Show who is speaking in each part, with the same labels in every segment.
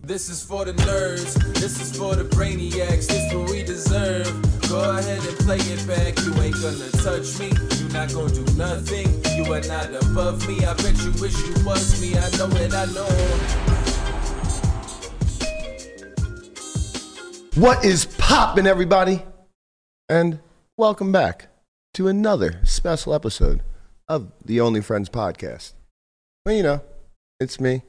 Speaker 1: This is for the nerds, this is for the brainiacs, this what we deserve. Go ahead and play it back, you ain't gonna touch me, you not gonna do nothing, you are not above me, I bet you wish you was me, I know it, I know.
Speaker 2: What is poppin', everybody? And welcome back to another special episode of the Only Friends podcast. Well, you know, it's me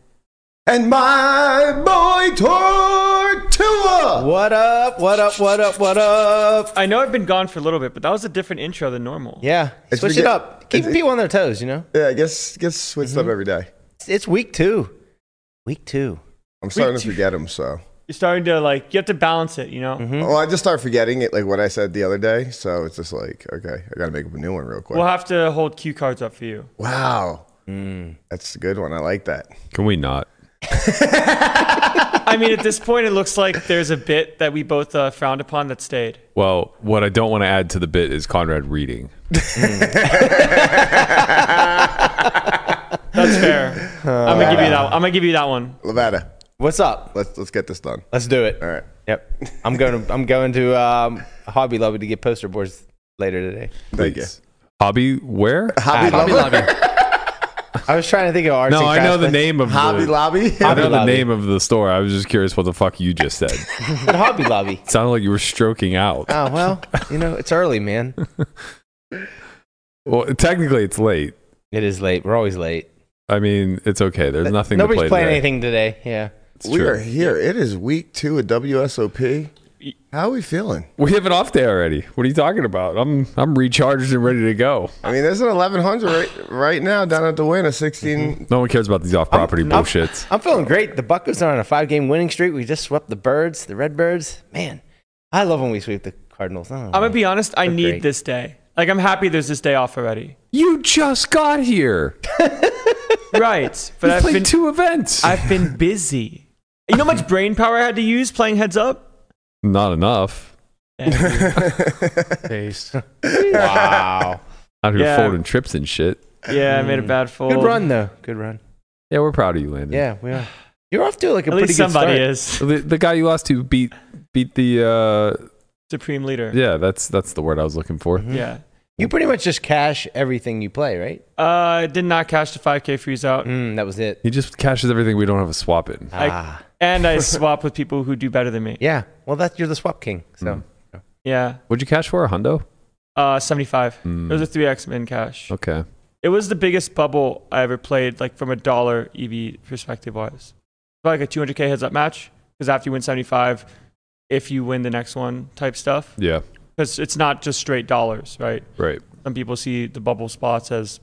Speaker 2: and my boy Tortua.
Speaker 3: What up? What up? What up? What up?
Speaker 4: I know I've been gone for a little bit, but that was a different intro than normal.
Speaker 3: Yeah,
Speaker 2: It's
Speaker 3: switch
Speaker 2: ridic-
Speaker 3: it up. Keeping
Speaker 2: it's-
Speaker 3: people on their toes, you know.
Speaker 2: Yeah, I guess gets switched up every day.
Speaker 3: It's, it's week two. Week two.
Speaker 2: I'm starting to
Speaker 4: do-
Speaker 2: forget him, so.
Speaker 4: You're starting to like you have to balance it, you know.
Speaker 3: Mm-hmm.
Speaker 2: Well, I just start forgetting it, like what I said the other day. So it's just like, okay, I got to make up a new one real quick.
Speaker 4: We'll have to hold cue cards up for you.
Speaker 2: Wow, that's a good one. I like that.
Speaker 5: Can we not?
Speaker 4: I mean, at this point, it looks like there's a bit that we both uh, frowned upon that stayed.
Speaker 5: Well, what I don't want to add to the bit is Conrad reading.
Speaker 4: That's fair. I'm gonna give you that. One. I'm gonna give you that one.
Speaker 2: Levada,
Speaker 3: What's up?
Speaker 2: let's let's get this done.
Speaker 3: Let's do it.
Speaker 2: All right.
Speaker 3: Yep. I'm going. To, I'm going to um, Hobby Lobby to get poster boards later today.
Speaker 2: Thank
Speaker 5: Please. Hobby where?
Speaker 2: Hobby
Speaker 3: Hobby
Speaker 2: Lobby.
Speaker 3: I was trying to think of arts.
Speaker 5: No,
Speaker 3: and
Speaker 5: I know
Speaker 3: crafts,
Speaker 5: the
Speaker 3: but-
Speaker 5: name of
Speaker 2: Hobby
Speaker 5: the,
Speaker 2: Lobby.
Speaker 5: I know
Speaker 3: Hobby
Speaker 5: the
Speaker 3: Lobby.
Speaker 5: name of the store. I was just curious what the fuck you just said. it
Speaker 3: but Hobby Lobby.
Speaker 5: sounded like you were stroking out.
Speaker 3: Oh well, you know it's early, man.
Speaker 5: Well, technically it's late.
Speaker 3: It is late. We're always late.
Speaker 5: I mean, it's okay. There's nothing
Speaker 3: Nobody's
Speaker 5: to play
Speaker 3: playing
Speaker 5: today.
Speaker 3: anything today. Yeah.
Speaker 5: It's
Speaker 2: we
Speaker 5: true.
Speaker 2: are here. It is week two of WSOP.
Speaker 4: Y-
Speaker 2: How are we feeling?
Speaker 5: We have an off day already. What are you talking about? I'm I'm recharged and ready to go.
Speaker 2: I mean, there's an 1100 right, right now down at the win. A 16.
Speaker 5: No one cares about these off-property bullshits.
Speaker 3: I'm feeling great. The Buckos are on a five-game winning streak. We just swept the Birds, the Redbirds. Man, I love when we sweep the Cardinals. I don't know.
Speaker 4: I'm gonna be honest. I
Speaker 3: They're
Speaker 4: need
Speaker 3: great.
Speaker 4: this day. Like, I'm happy there's this day off already.
Speaker 5: you just got here.
Speaker 4: Right, but
Speaker 5: You
Speaker 4: I've
Speaker 5: played
Speaker 4: been
Speaker 5: two events.
Speaker 4: I've been busy. You know how much brain power I had to use playing heads up.
Speaker 5: Not enough.
Speaker 4: Yeah.
Speaker 3: wow.
Speaker 5: Out here
Speaker 4: Yeah.
Speaker 5: folding trips and shit.
Speaker 4: Yeah, I made a bad fold.
Speaker 3: Good run though. Good run.
Speaker 5: Yeah, we're proud of you, Landon.
Speaker 3: Yeah, we are. You're off to like a
Speaker 4: At
Speaker 3: pretty
Speaker 4: least
Speaker 3: good
Speaker 4: somebody
Speaker 3: start.
Speaker 4: is
Speaker 5: The, the guy you lost to beat beat the uh
Speaker 4: supreme leader.
Speaker 5: yeah that's that's the word I was looking for.
Speaker 3: Mm-hmm.
Speaker 4: Yeah.
Speaker 3: You pretty much just cash everything you play, right?
Speaker 4: Uh, did not cash the 5K freeze out.
Speaker 3: Mm, that was it.
Speaker 5: He just cashes everything we don't have a swap in.
Speaker 4: I-
Speaker 3: ah,
Speaker 4: and I swap with people who do better than me.
Speaker 3: yeah. Well, that you're the swap king.
Speaker 5: Mm,
Speaker 3: So
Speaker 4: Yeah.
Speaker 5: What'd you cash for? A hundo?
Speaker 4: Uh, 75.
Speaker 5: Mm.
Speaker 4: It was a 3x min cash.
Speaker 5: Okay.
Speaker 4: It was the biggest bubble I ever played, like from a dollar EV perspective wise. Probably like a 200K heads up match, because after you win 75, if you win the next one type stuff,
Speaker 5: Yeah.
Speaker 4: because it's not just straight dollars, right?
Speaker 5: Right.
Speaker 4: Some people see the bubble spots as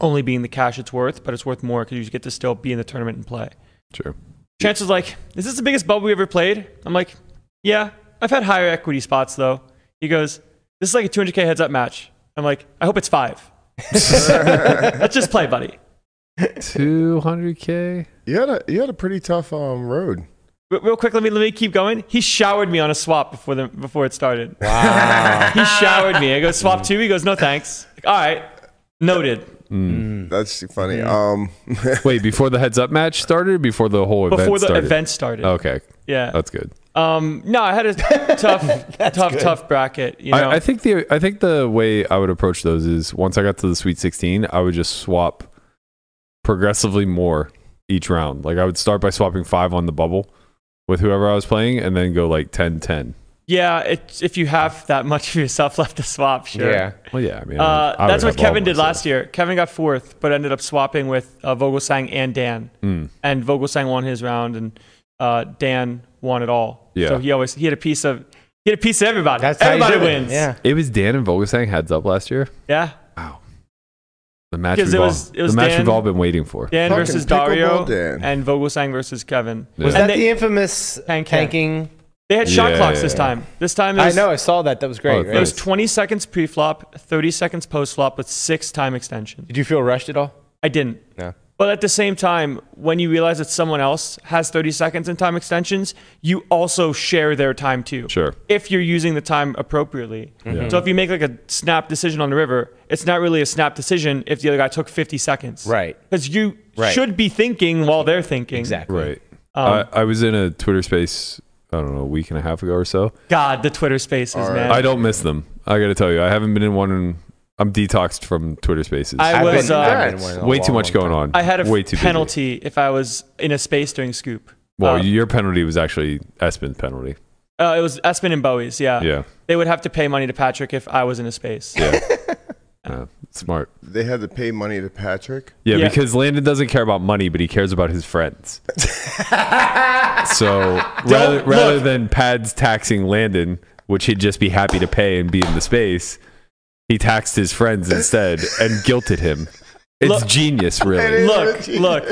Speaker 4: only being the cash it's worth, but it's worth more because you get to still be in the tournament and play.
Speaker 5: True.
Speaker 4: Chance was like, "Is this the biggest bubble we ever played?" I'm like, "Yeah, I've had higher equity spots though." He goes, "This is like a 200k heads up match." I'm like, "I hope it's five. Let's just play, buddy."
Speaker 5: Two hundred k.
Speaker 2: You had a you had a pretty tough um road.
Speaker 4: R- real quick, let me let me keep going. He showered me on a swap before the before it started.
Speaker 3: wow.
Speaker 4: He showered me. I go swap two. He goes, "No thanks." Like, All right, noted.
Speaker 2: That's funny. Um,
Speaker 5: Wait, before the heads up match started, or before the whole event
Speaker 4: Before the
Speaker 5: started? Oh.
Speaker 4: event started.
Speaker 5: Okay,
Speaker 4: Yeah.
Speaker 5: that's good.
Speaker 4: Um. No, I had a tough, tough, tough bracket. You know.
Speaker 5: I, I think the I think the way I would approach those is once I got to the Sweet 16, I would just swap progressively more each round. Like I would start by swapping five on the bubble with whoever I was playing, and then go like 10, 10.
Speaker 4: yeah. It's if you have that much of yourself left to swap, sure.
Speaker 3: Yeah.
Speaker 5: Well, yeah, I mean,
Speaker 4: Uh,
Speaker 5: I would
Speaker 4: that's what
Speaker 5: have all
Speaker 4: Kevin did
Speaker 5: myself.
Speaker 4: last year. Kevin got fourth, but ended up swapping with uh, Vogelsang and Dan.
Speaker 5: Mm.
Speaker 4: And Vogelsang won his round, and uh, Dan won it all.
Speaker 5: Yeah.
Speaker 4: So he always he had a piece of he had a piece of everybody.
Speaker 3: That's how you
Speaker 4: everybody
Speaker 3: do it.
Speaker 4: wins.
Speaker 3: Yeah.
Speaker 5: It was Dan and Vogelsang heads up last year.
Speaker 4: Yeah.
Speaker 5: The match
Speaker 4: Because
Speaker 5: we've
Speaker 4: it
Speaker 5: all,
Speaker 4: was- it was
Speaker 5: the match
Speaker 4: Dan-
Speaker 5: we've all been waiting for.
Speaker 4: Dan
Speaker 2: Fucking
Speaker 4: versus
Speaker 2: pickleball
Speaker 4: Dario
Speaker 2: Dan.
Speaker 4: and Vogelsang versus Kevin.
Speaker 5: Yeah.
Speaker 3: Is
Speaker 5: Was
Speaker 3: that
Speaker 4: And they,
Speaker 3: the infamous
Speaker 4: Tank, yeah.
Speaker 3: tanking?
Speaker 4: they had shot
Speaker 5: Yeah.
Speaker 4: clocks this time. This time it
Speaker 3: I
Speaker 4: was,
Speaker 3: know. I saw that. That was
Speaker 5: Oh,
Speaker 3: great.
Speaker 5: it
Speaker 4: it
Speaker 3: right?
Speaker 4: was 20 seconds pre-flop, 30 seconds post-flop with six time extensions.
Speaker 3: Did you feel rushed at all?
Speaker 4: I didn't.
Speaker 3: No.
Speaker 4: But at the same time, when you realize that someone else has 30 seconds in time extensions, you also share their time too.
Speaker 5: Sure. Mm-hmm.
Speaker 4: If you're using the time appropriately. So if you make like a snap decision on the river, it's not really a snap decision if the other guy took 50 seconds.
Speaker 3: Right.
Speaker 4: Because you
Speaker 3: Right.
Speaker 4: should be thinking while they're thinking.
Speaker 3: Exactly.
Speaker 5: Right.
Speaker 4: Um,
Speaker 5: I, I was in a Twitter space, I don't know, a week and a half ago or so.
Speaker 4: God, the Twitter spaces,
Speaker 2: All right.
Speaker 4: man.
Speaker 5: I don't miss them. I got to tell you, I haven't been in one. In, I'm detoxed from Twitter spaces.
Speaker 4: I
Speaker 3: I've
Speaker 4: was,
Speaker 3: been-
Speaker 4: uh,
Speaker 3: I've been in one in a
Speaker 5: Way too
Speaker 3: long,
Speaker 5: much
Speaker 3: long
Speaker 5: going
Speaker 3: time.
Speaker 5: on.
Speaker 4: I had a
Speaker 5: Way too busy.
Speaker 4: penalty if I was in a space during Scoop.
Speaker 5: Well,
Speaker 4: uh,
Speaker 5: your penalty was actually Espen's penalty.
Speaker 4: Uh, it was Espen and Bowie's, yeah.
Speaker 5: Yeah,
Speaker 4: They would have to pay money to Patrick if I was in a space.
Speaker 5: yeah. Uh, smart.
Speaker 2: They had to pay money to Patrick.
Speaker 5: Yeah,
Speaker 4: Yeah.
Speaker 5: because Landon doesn't care about money, but he cares about his friends. so rather, rather than Pads taxing Landon, which he'd just be happy to pay and be in the space, he taxed his friends instead and guilted him. It's
Speaker 4: Look-
Speaker 5: genius, really.
Speaker 4: Look, look.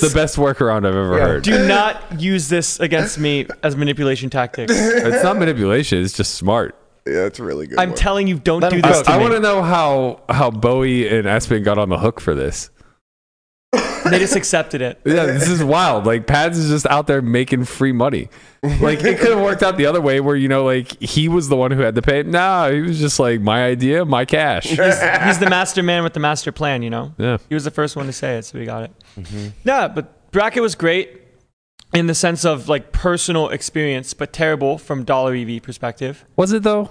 Speaker 4: this-
Speaker 5: the best workaround I've ever
Speaker 2: Yeah.
Speaker 5: heard.
Speaker 4: Do not use this against me as manipulation tactics.
Speaker 5: It's not manipulation. It's just smart.
Speaker 2: Yeah, that's a really good.
Speaker 4: I'm
Speaker 2: one.
Speaker 4: telling you, don't
Speaker 3: Let
Speaker 4: do
Speaker 3: him
Speaker 4: this
Speaker 3: cook.
Speaker 4: to
Speaker 5: I
Speaker 4: me.
Speaker 5: want to know how how Bowie and Espen got on the hook for this.
Speaker 4: They just accepted it.
Speaker 5: Yeah, this is wild. Like Pads is just out there making free money. Like it could have worked out the other way, where you know, like he was the one who had to pay. Nah, he was just like my idea, my cash.
Speaker 4: He's, he's the master man with the master plan, you know?
Speaker 5: Yeah,
Speaker 4: He was the first one to say it, so we got it.
Speaker 5: Mm-hmm.
Speaker 4: Yeah, but bracket was great in the sense of like personal experience, but terrible from dollar EV perspective.
Speaker 5: was it though?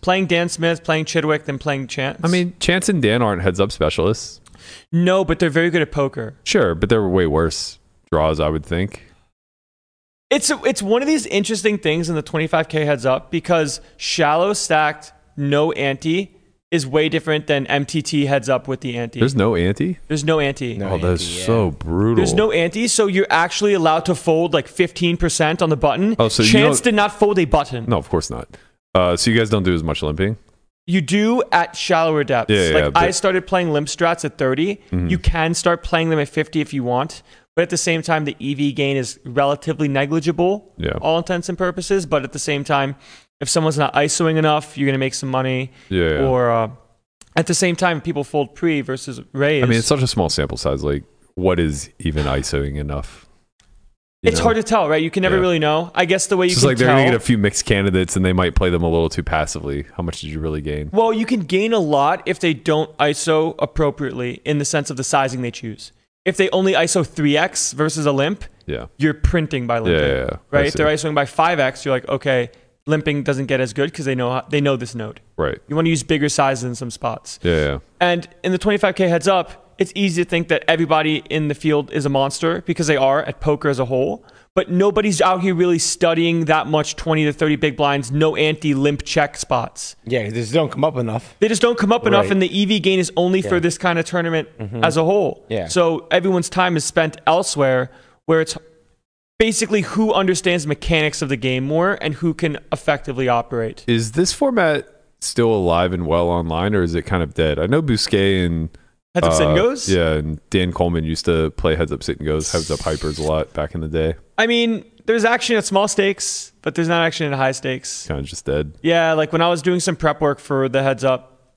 Speaker 4: Playing Dan Smith, playing Chidwick, then playing Chance.
Speaker 5: I mean, Chance and Dan aren't heads up specialists,
Speaker 4: no, but they're very good at poker.
Speaker 5: sure, but there were way worse draws, I would think.
Speaker 4: It's it's one of these interesting things in the 25k heads up because shallow stacked no ante is way different than MTT heads up with the ante.
Speaker 5: There's no ante.
Speaker 4: There's no ante.
Speaker 5: Oh, that's
Speaker 3: ante, yeah.
Speaker 5: so brutal.
Speaker 4: There's no ante, so you're actually allowed to fold like 15% on the button.
Speaker 5: Oh, so you
Speaker 4: Chance
Speaker 5: don't-
Speaker 4: did not fold a button.
Speaker 5: No, of course not. Uh, so you guys don't do as much limping.
Speaker 4: You do at shallower depths.
Speaker 5: Yeah, yeah, Mm-hmm.
Speaker 4: like I
Speaker 5: but-
Speaker 4: started playing limp strats at 30. You can start playing them at 50 if you want. But at the same time, the EV gain is relatively negligible,
Speaker 5: Yeah.
Speaker 4: all intents and purposes. But at the same time, if someone's not ISOing enough, you're going to make some money.
Speaker 5: Yeah, yeah.
Speaker 4: Or uh, at the same time, people fold pre versus raise.
Speaker 5: I mean, it's such a small sample size. Like, what is even ISOing enough? You
Speaker 4: It's
Speaker 5: know?
Speaker 4: hard to tell, right? You can never
Speaker 5: Yeah.
Speaker 4: really know. I guess the way you
Speaker 5: It's just
Speaker 4: can
Speaker 5: like they're
Speaker 4: tell.
Speaker 5: going to get a few mixed candidates and they might play them a little too passively. How much did you really gain?
Speaker 4: Well, you can gain a lot if they don't ISO appropriately in the sense of the sizing they choose. If they only ISO 3x versus a limp,
Speaker 5: Yeah.
Speaker 4: you're printing by limping.
Speaker 5: Yeah, yeah, yeah. I
Speaker 4: Right? If
Speaker 5: see.
Speaker 4: they're ISOing by 5x, you're like, okay, limping doesn't get as good because they know how, they know this node.
Speaker 5: Right.
Speaker 4: You want to use bigger sizes in some spots.
Speaker 5: Yeah, yeah.
Speaker 4: And in the 25k heads up, it's easy to think that everybody in the field is a monster because they are at poker as a whole. But nobody's out here really studying that much 20 to 30 big blinds, no anti limp check spots.
Speaker 3: Yeah, they just don't come up enough.
Speaker 4: They just don't come up enough,
Speaker 3: Right.
Speaker 4: and the EV gain is only for
Speaker 3: Yeah. Mm-hmm.
Speaker 4: this kind of tournament as a whole.
Speaker 3: Yeah.
Speaker 4: So everyone's time is spent elsewhere, where it's basically who understands mechanics of the game more and who can effectively operate.
Speaker 5: Is this format still alive and well online or is it kind of dead? I know Bousquet and. uh,
Speaker 4: Heads up, sit and goes.
Speaker 5: Yeah, and Dan Coleman used to play heads up, sit and goes, heads up hypers a lot back in the day.
Speaker 4: I mean, there's action at small stakes, but there's not action at high stakes.
Speaker 5: Kind of just dead.
Speaker 4: Yeah, like when I was doing some prep work for the heads up,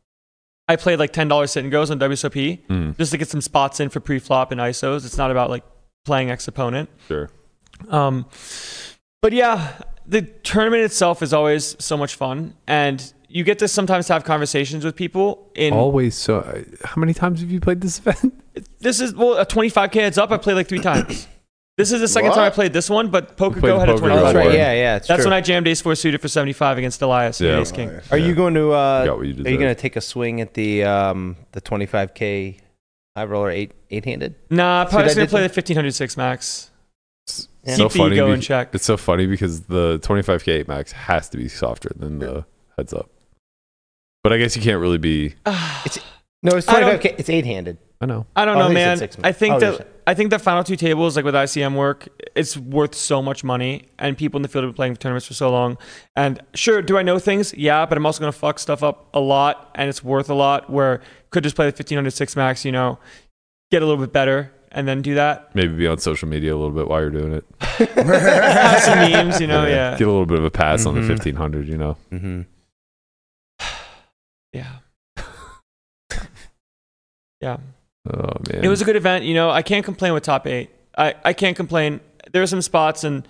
Speaker 4: I played like ten dollars sit and goes on WSOP
Speaker 5: Mm,
Speaker 4: just to get some spots in for pre-flop and ISOs. It's not about like playing ex opponent.
Speaker 5: sure.
Speaker 4: Um, but yeah, the tournament itself is always so much fun, and you get to sometimes have conversations with people. In
Speaker 5: Always so. I- How many times have you played this event?
Speaker 4: this is well, a 25k heads up. I played like three times. This is the second time I
Speaker 2: What?
Speaker 4: played this one, but Poker
Speaker 5: played
Speaker 4: Go had a
Speaker 5: Poker Go
Speaker 4: 25.
Speaker 3: That's
Speaker 5: Right.
Speaker 3: right. Yeah, yeah. It's
Speaker 4: That's
Speaker 3: true.
Speaker 4: when I jammed Ace Four suited for 75 against Elias
Speaker 5: Yeah.
Speaker 4: and Ace King.
Speaker 3: Are you
Speaker 5: Yeah.
Speaker 3: going to?
Speaker 5: Forgot
Speaker 3: Uh,
Speaker 5: what you
Speaker 3: are you
Speaker 5: deserve.
Speaker 3: going to take a swing at the um, the 25k high roller eight eight handed?
Speaker 4: Nah,
Speaker 3: what I
Speaker 4: probably just gonna
Speaker 3: did
Speaker 4: play the
Speaker 3: there?
Speaker 4: 1500 six max.
Speaker 5: It's
Speaker 3: Yeah.
Speaker 5: so
Speaker 4: Keep the
Speaker 5: funny.
Speaker 4: ego
Speaker 5: be-
Speaker 4: in check.
Speaker 5: It's so funny because the 25k max has to be softer than the heads up. But I guess you can't really be.
Speaker 3: No, it's
Speaker 4: I don't-
Speaker 3: 25k. It's eight handed.
Speaker 5: I know.
Speaker 4: I don't
Speaker 3: Oh,
Speaker 4: know,
Speaker 3: I think it's at
Speaker 4: man.
Speaker 3: six months.
Speaker 4: I think
Speaker 3: Oh, you're
Speaker 4: that
Speaker 3: saying-
Speaker 4: I think the final two tables, like with ICM work, it's worth so much money, and people in the field have been playing tournaments for so long. And sure, do I know things? Yeah, but I'm also gonna fuck stuff up a lot, and it's worth a lot. Where could just play the 1500 six max, you know, get a little bit better, and then do that.
Speaker 5: Maybe be on social media a little bit while you're doing it.
Speaker 4: Have some memes, you know, yeah,
Speaker 5: Get a little bit of a pass on
Speaker 4: Mm-hmm.
Speaker 3: Mhm.
Speaker 5: the 1500, you know?
Speaker 3: Mm-hmm.
Speaker 4: yeah. Yeah.
Speaker 5: Oh, man.
Speaker 4: It was a good event. You know, I can't complain with top eight. I, I can't complain. There are some spots, and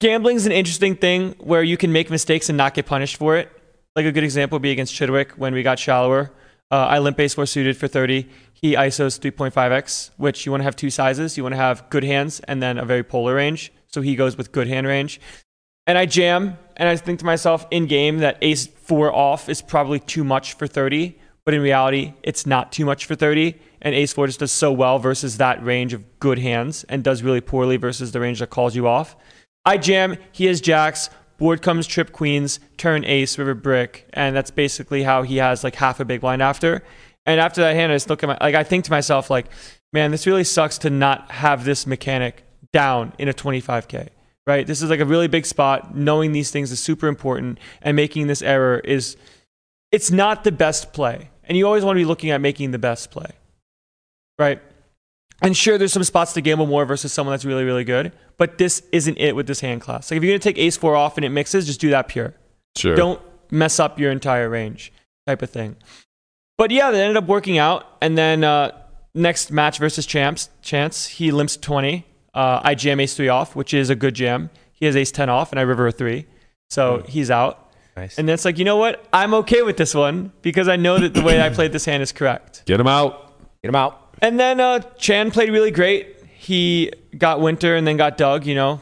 Speaker 4: gambling's an interesting thing where you can make mistakes and not get punished for it. Like a good example would be against Chidwick when we got shallower. Uh, I limp ace four suited for 30. he ISOs 3.5x, which you want to have two sizes. You want to have good hands and then a very polar range. So he goes with good hand range. And I jam, and I think to myself in game that ace four off is probably too much for 30, but in reality, it's not too much for 30. And ace four just does so well versus that range of good hands and does really poorly versus the range that calls you off. I jam, he has jacks, board comes trip queens, turn ace, river brick, and that's basically how he has like half a big blind after. And after that hand, I just look at my like I think to myself like, man, this really sucks to not have this mechanic down in a 25k. Right? This is like a really big spot. Knowing these things is super important, and making this error is it's not the best play. And you always want to be looking at making the best play. Right? And sure, there's some spots to gamble more versus someone that's really, really good, but this isn't it with this hand class. Like, if you're going to take ace four off and it mixes, just do that pure.
Speaker 5: Sure.
Speaker 4: Don't mess up your entire range type of thing. But yeah, that ended up working out. And then uh, next match versus champs, Chance, he limps 20. Uh, I jam ace three off, which is a good jam. He has ace 10 off, and I river a three. So he's out.
Speaker 3: Nice.
Speaker 4: And that's like, you know what? I'm okay with this one because I know that the way I played this hand is correct.
Speaker 5: Get him out.
Speaker 3: Get him out.
Speaker 4: And then uh, Chan played really great. He got Winter and then got Doug. You know,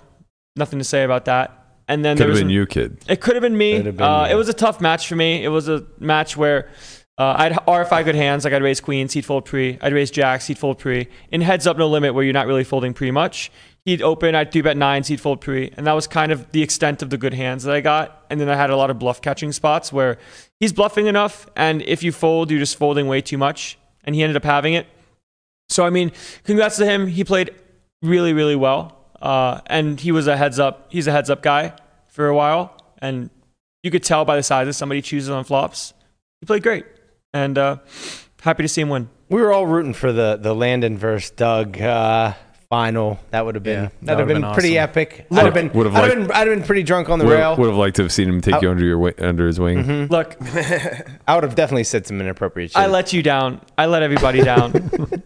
Speaker 4: nothing to say about that. And then
Speaker 5: Could
Speaker 4: there
Speaker 5: have
Speaker 4: was
Speaker 5: been
Speaker 4: an-
Speaker 5: you, kid.
Speaker 4: It could have been me.
Speaker 3: Could have been
Speaker 4: uh,
Speaker 3: you.
Speaker 4: It was a tough match for me. It was a match where uh, I'd RFI good hands. Like I'd raise queens, he'd fold pre. I'd raise jacks, he'd fold pre. In heads up, no limit, where you're not really folding pre much. He'd open, I'd three bet nines, he'd fold pre. And that was kind of the extent of the good hands that I got. And then I had a lot of bluff catching spots where he's bluffing enough. And if you fold, you're just folding way too much. And he ended up having it. So I mean, congrats to him. He played really, really well, uh, and he was a heads up. He's a heads up guy for a while, and you could tell by the sizes somebody chooses on flops. He played great, and uh, happy to see him win.
Speaker 3: We were all rooting for the the Landon versus Doug uh, final. That would have been
Speaker 6: Yeah,
Speaker 3: that'd
Speaker 6: that
Speaker 3: have
Speaker 6: would've
Speaker 3: been,
Speaker 6: been
Speaker 3: pretty
Speaker 6: awesome.
Speaker 3: epic. I'd have been,
Speaker 5: Would- would've
Speaker 3: I'd have
Speaker 5: liked-
Speaker 3: been, I'd have been pretty drunk on the
Speaker 5: Would
Speaker 3: rail.
Speaker 5: have liked to have seen him take you under your wi- under his wing.
Speaker 4: Look,
Speaker 3: I would have definitely said some inappropriate shit.
Speaker 4: I let you down. I let everybody down.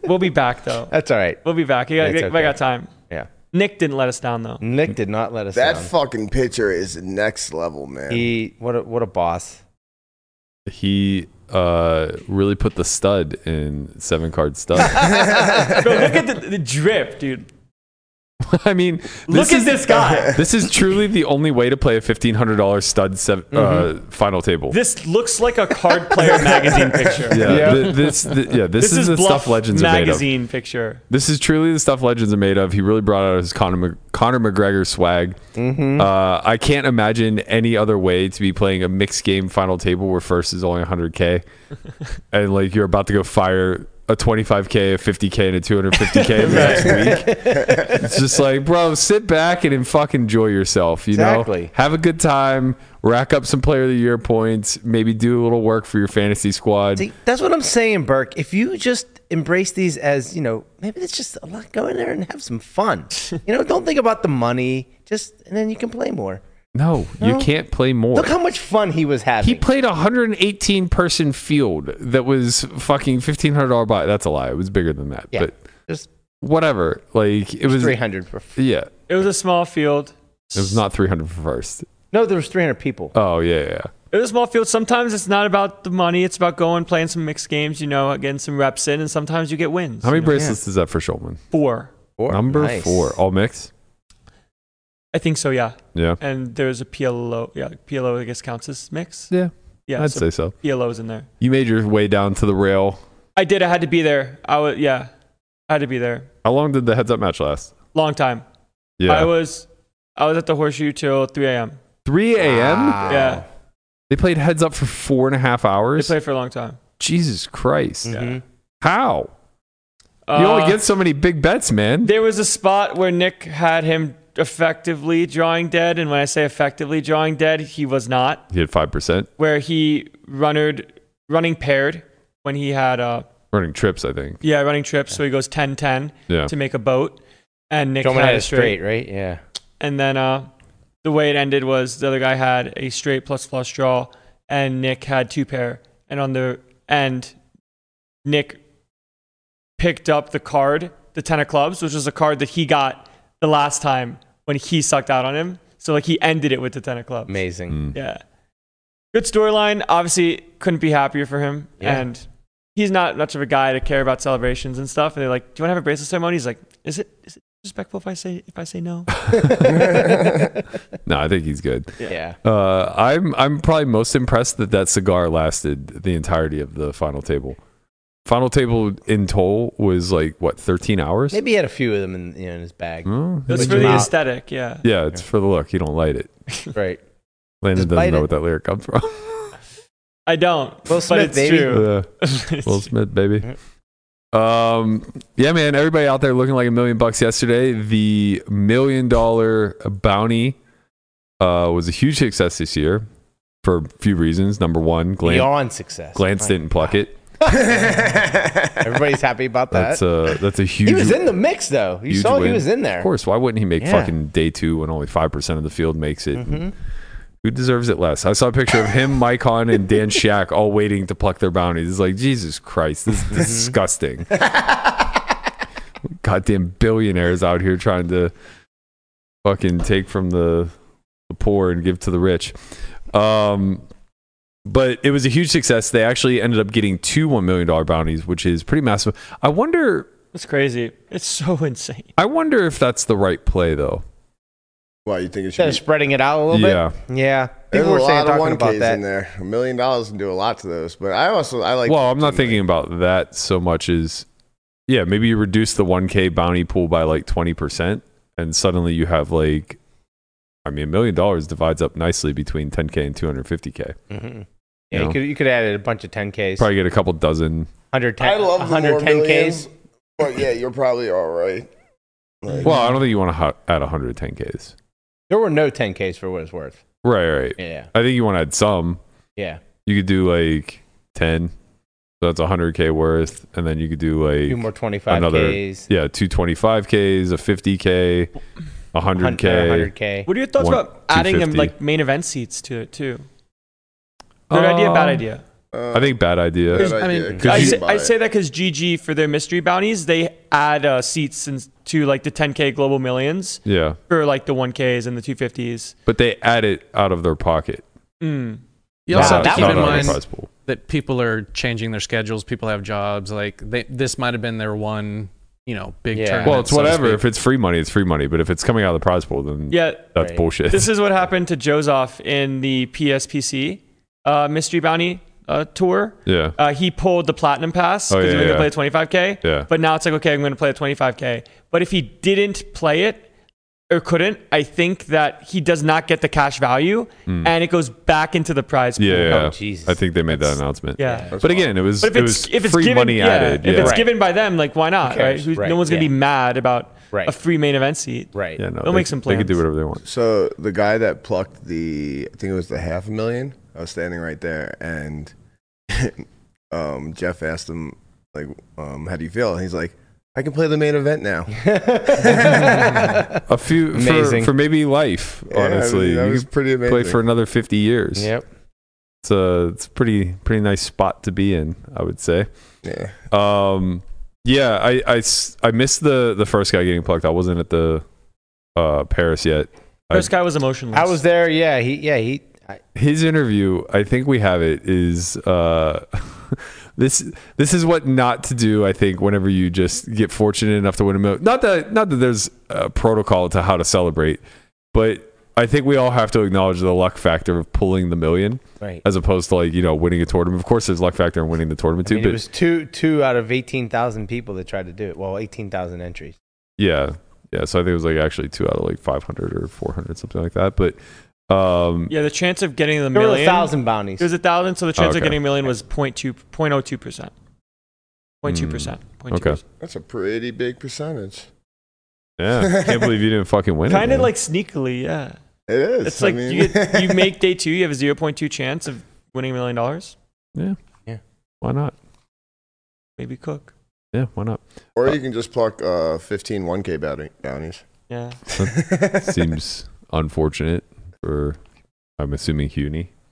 Speaker 4: we'll be back though.
Speaker 3: That's all right.
Speaker 4: We'll be back. You got,
Speaker 3: That's
Speaker 4: I
Speaker 3: okay.
Speaker 4: got time.
Speaker 3: Yeah.
Speaker 4: Nick didn't let us down though.
Speaker 3: Nick did not let us
Speaker 2: That
Speaker 3: down.
Speaker 2: fucking pitcher is next level, man.
Speaker 3: he what a what a boss.
Speaker 5: He uh, really put the stud in seven card stud.
Speaker 4: Bro, look at the, the drip, dude.
Speaker 5: I mean,
Speaker 4: Look
Speaker 5: this
Speaker 4: at
Speaker 5: is-
Speaker 4: this guy.
Speaker 5: This is truly the only way to play a fifteen hundred dollars stud sev uh, final table.
Speaker 4: Mm-hmm. This looks like a card player magazine picture.
Speaker 5: yeah,
Speaker 3: Yeah.
Speaker 5: th- this, th- yeah, this,
Speaker 4: This
Speaker 5: is,
Speaker 4: is
Speaker 5: the
Speaker 4: Bluff
Speaker 5: stuff legends are made of.
Speaker 4: magazine picture.
Speaker 5: This is truly the stuff legends are made of. He really brought out his Conor, Mc- Conor McGregor swag.
Speaker 3: Mm-hmm.
Speaker 5: Uh, I can't imagine any other way to be playing a mixed game final table where first is only 100k, and like you're about to go fire a 25k, a 50k, and a 250k in the next week. It's just like, bro, sit back and, fucking enjoy yourself. You know,
Speaker 3: Exactly.
Speaker 5: have a good time, rack up some player of the year points, maybe do a little work for your fantasy squad.
Speaker 3: See, that's what I'm saying, Burke. If you just embrace these as, you know, maybe it's just a lot go in there and have some fun. You know, don't think about the money, just and then you can play more.
Speaker 5: No, you
Speaker 3: No.
Speaker 5: can't play more.
Speaker 3: Look how much fun he was having.
Speaker 5: He played a 118 person field that was fucking $1,500 buy. That's a lie. It was bigger than that.
Speaker 3: yeah.
Speaker 5: But
Speaker 3: just
Speaker 5: whatever. Like, it was.
Speaker 3: 300 for
Speaker 5: Yeah.
Speaker 4: It was a small field.
Speaker 5: It was not 300 for first.
Speaker 3: No, there was 300 people.
Speaker 5: Oh, yeah, yeah.
Speaker 4: It was a small field. Sometimes it's not about the money. It's about going, playing some mixed games, you know, getting some reps in, and sometimes you get wins.
Speaker 5: How
Speaker 4: you
Speaker 5: many
Speaker 4: know?
Speaker 5: bracelets is that for Schulman?
Speaker 4: Four.
Speaker 3: Four.
Speaker 5: Number
Speaker 3: Nice.
Speaker 5: four. All mix?
Speaker 4: I think so, yeah.
Speaker 5: Yeah.
Speaker 4: And there's a PLO. Yeah, PLO, I guess, counts as mix.
Speaker 5: Yeah.
Speaker 4: Yeah,
Speaker 5: I'd
Speaker 4: so
Speaker 5: say so.
Speaker 4: PLO's in there.
Speaker 5: You made your way down to the rail.
Speaker 4: I did. I had to be there. I was, yeah, I had to be there.
Speaker 5: How long did the heads up match last?
Speaker 4: Long time.
Speaker 5: Yeah.
Speaker 4: I was I was at the horseshoe till 3 a.m.
Speaker 5: 3 a.m.?
Speaker 3: Ah.
Speaker 4: Yeah,
Speaker 5: They played heads up for four and a half
Speaker 4: we
Speaker 5: hours?
Speaker 4: played for a long time.
Speaker 5: Jesus Christ.
Speaker 3: Mhm.
Speaker 5: How?
Speaker 4: Uh,
Speaker 5: you only get so many big bets, man.
Speaker 4: There was a spot where Nick had him effectively drawing dead, and when I say effectively drawing dead, he was not.
Speaker 5: He had 5%.
Speaker 4: where he runnered running paired when he had uh
Speaker 5: Running trips, I think.
Speaker 4: yeah running trips so he goes 10 10
Speaker 5: Yeah.
Speaker 4: to make a boat and Nick
Speaker 3: Strowman
Speaker 4: had
Speaker 3: had
Speaker 4: a
Speaker 3: it
Speaker 4: straight.
Speaker 3: straight, right? Yeah.
Speaker 4: and then uh the way it ended was the other guy had a straight plus flush draw and Nick had two pair and on the end Nick picked up the card the 10 of clubs which was a card that he got the last time when he sucked out on him so like he ended it with the 10 of clubs
Speaker 3: Amazing.
Speaker 5: Mm.
Speaker 4: Yeah. Good storyline. Obviously, couldn't be happier for him.
Speaker 3: Yeah.
Speaker 4: And he's not much of a guy to care about celebrations and stuff. And they're like, "Do you want to have a bracelet ceremony?" He's like, "Is it is it disrespectful if I say if I say no?"
Speaker 5: Mm. No, I think he's good.
Speaker 3: yeah.
Speaker 5: Uh, I'm I'm probably most impressed that that cigar lasted the entirety of the final table. Final table in total was like what 13 hours.
Speaker 3: Maybe he had a few of them in you know in his bag.
Speaker 5: Oh,
Speaker 4: That's
Speaker 3: Like
Speaker 4: for the
Speaker 3: not-
Speaker 4: aesthetic, yeah.
Speaker 5: yeah, it's for the look. You don't light it.
Speaker 3: Right.
Speaker 5: Landon
Speaker 3: Just
Speaker 5: doesn't
Speaker 3: bite
Speaker 5: know
Speaker 3: it.
Speaker 5: what that lyric comes from.
Speaker 4: I don't,
Speaker 3: Will
Speaker 4: but
Speaker 3: Smith,
Speaker 4: it's
Speaker 3: baby.
Speaker 4: true.
Speaker 5: Uh,
Speaker 4: It's true.
Speaker 5: Will Smith, baby. Um, yeah, man. Everybody out there looking like a million bucks yesterday. The million dollar bounty uh, was a huge success this year for a few reasons. Number one, Glenn,
Speaker 3: Beyond success.
Speaker 5: Glance didn't pluck it.
Speaker 3: Everybody's happy about that.
Speaker 5: That's uh, a that's a huge.
Speaker 3: he was in the mix though. You
Speaker 5: huge
Speaker 3: saw
Speaker 5: win.
Speaker 3: he was in there.
Speaker 5: Of course. Why wouldn't he make
Speaker 3: Yeah.
Speaker 5: fucking day two when only five percent of the field makes it?
Speaker 3: Mhm.
Speaker 5: Who deserves it less? I saw a picture of him, Mike Hahn, and Dan Shack all waiting to pluck their bounties. It's like Jesus Christ, this is disgusting. Goddamn billionaires out here trying to fucking take from the the poor and give to the rich. Um, but it was a huge success. They actually ended up getting two one million dollar bounties, which is pretty massive. I wonder.
Speaker 4: It's crazy. It's so insane.
Speaker 5: I wonder if that's the right play, though.
Speaker 2: Why you think it
Speaker 3: Instead
Speaker 2: should
Speaker 3: of
Speaker 2: be?
Speaker 3: spreading it out a little
Speaker 5: Yeah.
Speaker 3: bit. Yeah.
Speaker 2: There's
Speaker 3: People were
Speaker 2: a
Speaker 3: saying
Speaker 2: lot of
Speaker 3: talking
Speaker 2: one
Speaker 3: about
Speaker 2: Ks
Speaker 3: that.
Speaker 2: in there. A million dollars can do a lot to those, but I also I like.
Speaker 5: well, I'm not thinking about that so much as, yeah, maybe you reduce the 1K bounty pool by like 20%, and suddenly you have like, I mean, a million dollars divides up nicely between 10K and 250K.
Speaker 3: Mhm. Yeah,
Speaker 5: You
Speaker 3: you,
Speaker 5: know?
Speaker 3: could you could add a bunch of 10Ks.
Speaker 5: Probably get a couple dozen.
Speaker 3: 110
Speaker 2: I love the more
Speaker 3: 110 Ks.
Speaker 2: millions, but yeah, you're probably all right. Like,
Speaker 5: Well, I don't think you want to ho- add 110Ks.
Speaker 3: There were no 10Ks for what it's worth.
Speaker 5: Right, right.
Speaker 3: Yeah.
Speaker 5: I think you want to add some.
Speaker 3: Yeah.
Speaker 5: You could do like 10. So that's 100K worth. And then you could do like
Speaker 3: Two more 25Ks.
Speaker 5: another, yeah, two 25Ks, a 50K, a 100K.
Speaker 3: 100K.
Speaker 4: What are your thoughts
Speaker 5: One-
Speaker 4: about adding them
Speaker 5: 250.
Speaker 4: like main event seats to it too? Good idea, bad
Speaker 5: Um,
Speaker 4: idea.
Speaker 2: uh,
Speaker 5: I think bad idea.
Speaker 2: good
Speaker 4: I
Speaker 2: idea.
Speaker 4: mean,
Speaker 5: Could
Speaker 4: I
Speaker 5: you-
Speaker 4: say,
Speaker 2: buy
Speaker 4: I
Speaker 2: it.
Speaker 4: say that because GG for their mystery bounties, they add uh, seats in, to like the 10k global millions
Speaker 5: Yeah,
Speaker 4: for like the 1ks and the 250s.
Speaker 5: but they add it out of their pocket.
Speaker 4: Mm.
Speaker 6: You also
Speaker 5: Not-
Speaker 6: have to
Speaker 5: not
Speaker 6: keep in
Speaker 5: out of the
Speaker 6: mind
Speaker 5: prize pool.
Speaker 6: that people are changing their schedules. People have jobs. Like they, this might have been their one, you know, big
Speaker 3: Yeah.
Speaker 6: tournament.
Speaker 5: Well, it's
Speaker 6: so to
Speaker 5: whatever.
Speaker 6: speak.
Speaker 5: If it's free money, it's free money. But if it's coming out of the prize pool, then
Speaker 4: Yeah,
Speaker 5: that's
Speaker 3: Right.
Speaker 5: bullshit.
Speaker 4: this is what happened to Joseph in the PSPC uh, mystery bounty uh, tour.
Speaker 5: yeah,
Speaker 4: Uh, he pulled the platinum pass
Speaker 5: Oh,
Speaker 4: because
Speaker 5: yeah,
Speaker 4: he was
Speaker 5: yeah.
Speaker 4: going to play 25k.
Speaker 5: Yeah.
Speaker 4: But now it's like, okay, I'm going to play a 25k. But if he didn't play it or couldn't, I think that he does not get the cash value and it goes back into the prize pool.
Speaker 5: Hmm. yeah, yeah.
Speaker 3: Jesus.
Speaker 5: I think they made that announcement.
Speaker 4: oh, Yeah.
Speaker 5: but again, it was
Speaker 4: But if
Speaker 5: it
Speaker 4: it's
Speaker 5: was
Speaker 4: if it's
Speaker 5: free
Speaker 4: given,
Speaker 5: money
Speaker 4: yeah,
Speaker 5: added.
Speaker 4: if
Speaker 5: yeah,
Speaker 4: it's
Speaker 3: Right.
Speaker 4: given by them, like why not? Right?
Speaker 3: cares?
Speaker 4: Who-
Speaker 3: Right,
Speaker 4: No one's gonna
Speaker 3: yeah.
Speaker 4: be mad about
Speaker 3: Right.
Speaker 4: a free main event seat.
Speaker 3: Right.
Speaker 5: yeah, no,
Speaker 4: They'll
Speaker 5: they-
Speaker 4: make some
Speaker 5: They could do
Speaker 4: plans.
Speaker 5: whatever they want.
Speaker 2: So the guy that plucked the, I think it was the half a million. I was standing right there, and um, Jeff asked him, like, um, "How do you feel?" And he's like, "I can play the main event now."
Speaker 5: A few for,
Speaker 3: Amazing.
Speaker 5: for maybe life.
Speaker 2: Yeah, I mean,
Speaker 5: honestly,
Speaker 2: that
Speaker 5: you
Speaker 2: was
Speaker 5: could
Speaker 2: pretty amazing.
Speaker 5: play for another fifty years.
Speaker 3: Yep.
Speaker 5: It's a it's a pretty pretty nice spot to be in. I would say.
Speaker 2: yeah.
Speaker 5: Um, yeah, I, I s- I missed the the first guy getting plucked. I wasn't at the uh, Paris yet. I-
Speaker 4: First guy was emotionless.
Speaker 3: I was there. Yeah. He, yeah. He, I,
Speaker 5: His interview, I think we have it. Is uh, this this is what not to do? I think whenever you just get fortunate enough to win a million, not that not that there's a protocol to how to celebrate, but I think we all have to acknowledge the luck factor of pulling the million
Speaker 3: right.
Speaker 5: as opposed to like you know winning a tournament. Of course, there's luck factor in winning the tournament
Speaker 3: I
Speaker 5: too,
Speaker 3: mean,
Speaker 5: but
Speaker 3: it was two two out of eighteen thousand people that tried to do it. Well, eighteen thousand entries.
Speaker 5: Yeah. Yeah. So I think it was like actually two out of like 500 or 400, something like that. But um,
Speaker 4: Yeah, the chance of getting the
Speaker 3: There were a
Speaker 4: million.
Speaker 3: thousand bounties.
Speaker 4: There was a thousand, so the chance
Speaker 5: Oh, Okay.
Speaker 4: of getting a million was 0.02 0.02 percent. 0.2 percent.
Speaker 5: okay.
Speaker 2: That's a pretty big percentage.
Speaker 5: yeah, can't believe you didn't fucking win. it,
Speaker 4: Kind of
Speaker 5: man.
Speaker 4: like sneakily, yeah.
Speaker 2: It is.
Speaker 4: It's, like
Speaker 2: I mean,
Speaker 4: you, get, you make day two, you have a 0.2 chance of winning a million dollars.
Speaker 5: why not?
Speaker 4: Maybe Cook.
Speaker 5: Yeah, why not?
Speaker 2: or you can just pluck uh, 15 1K bounty- bounties.
Speaker 4: Yeah.
Speaker 5: Seems unfortunate for, I'm assuming, CUNY.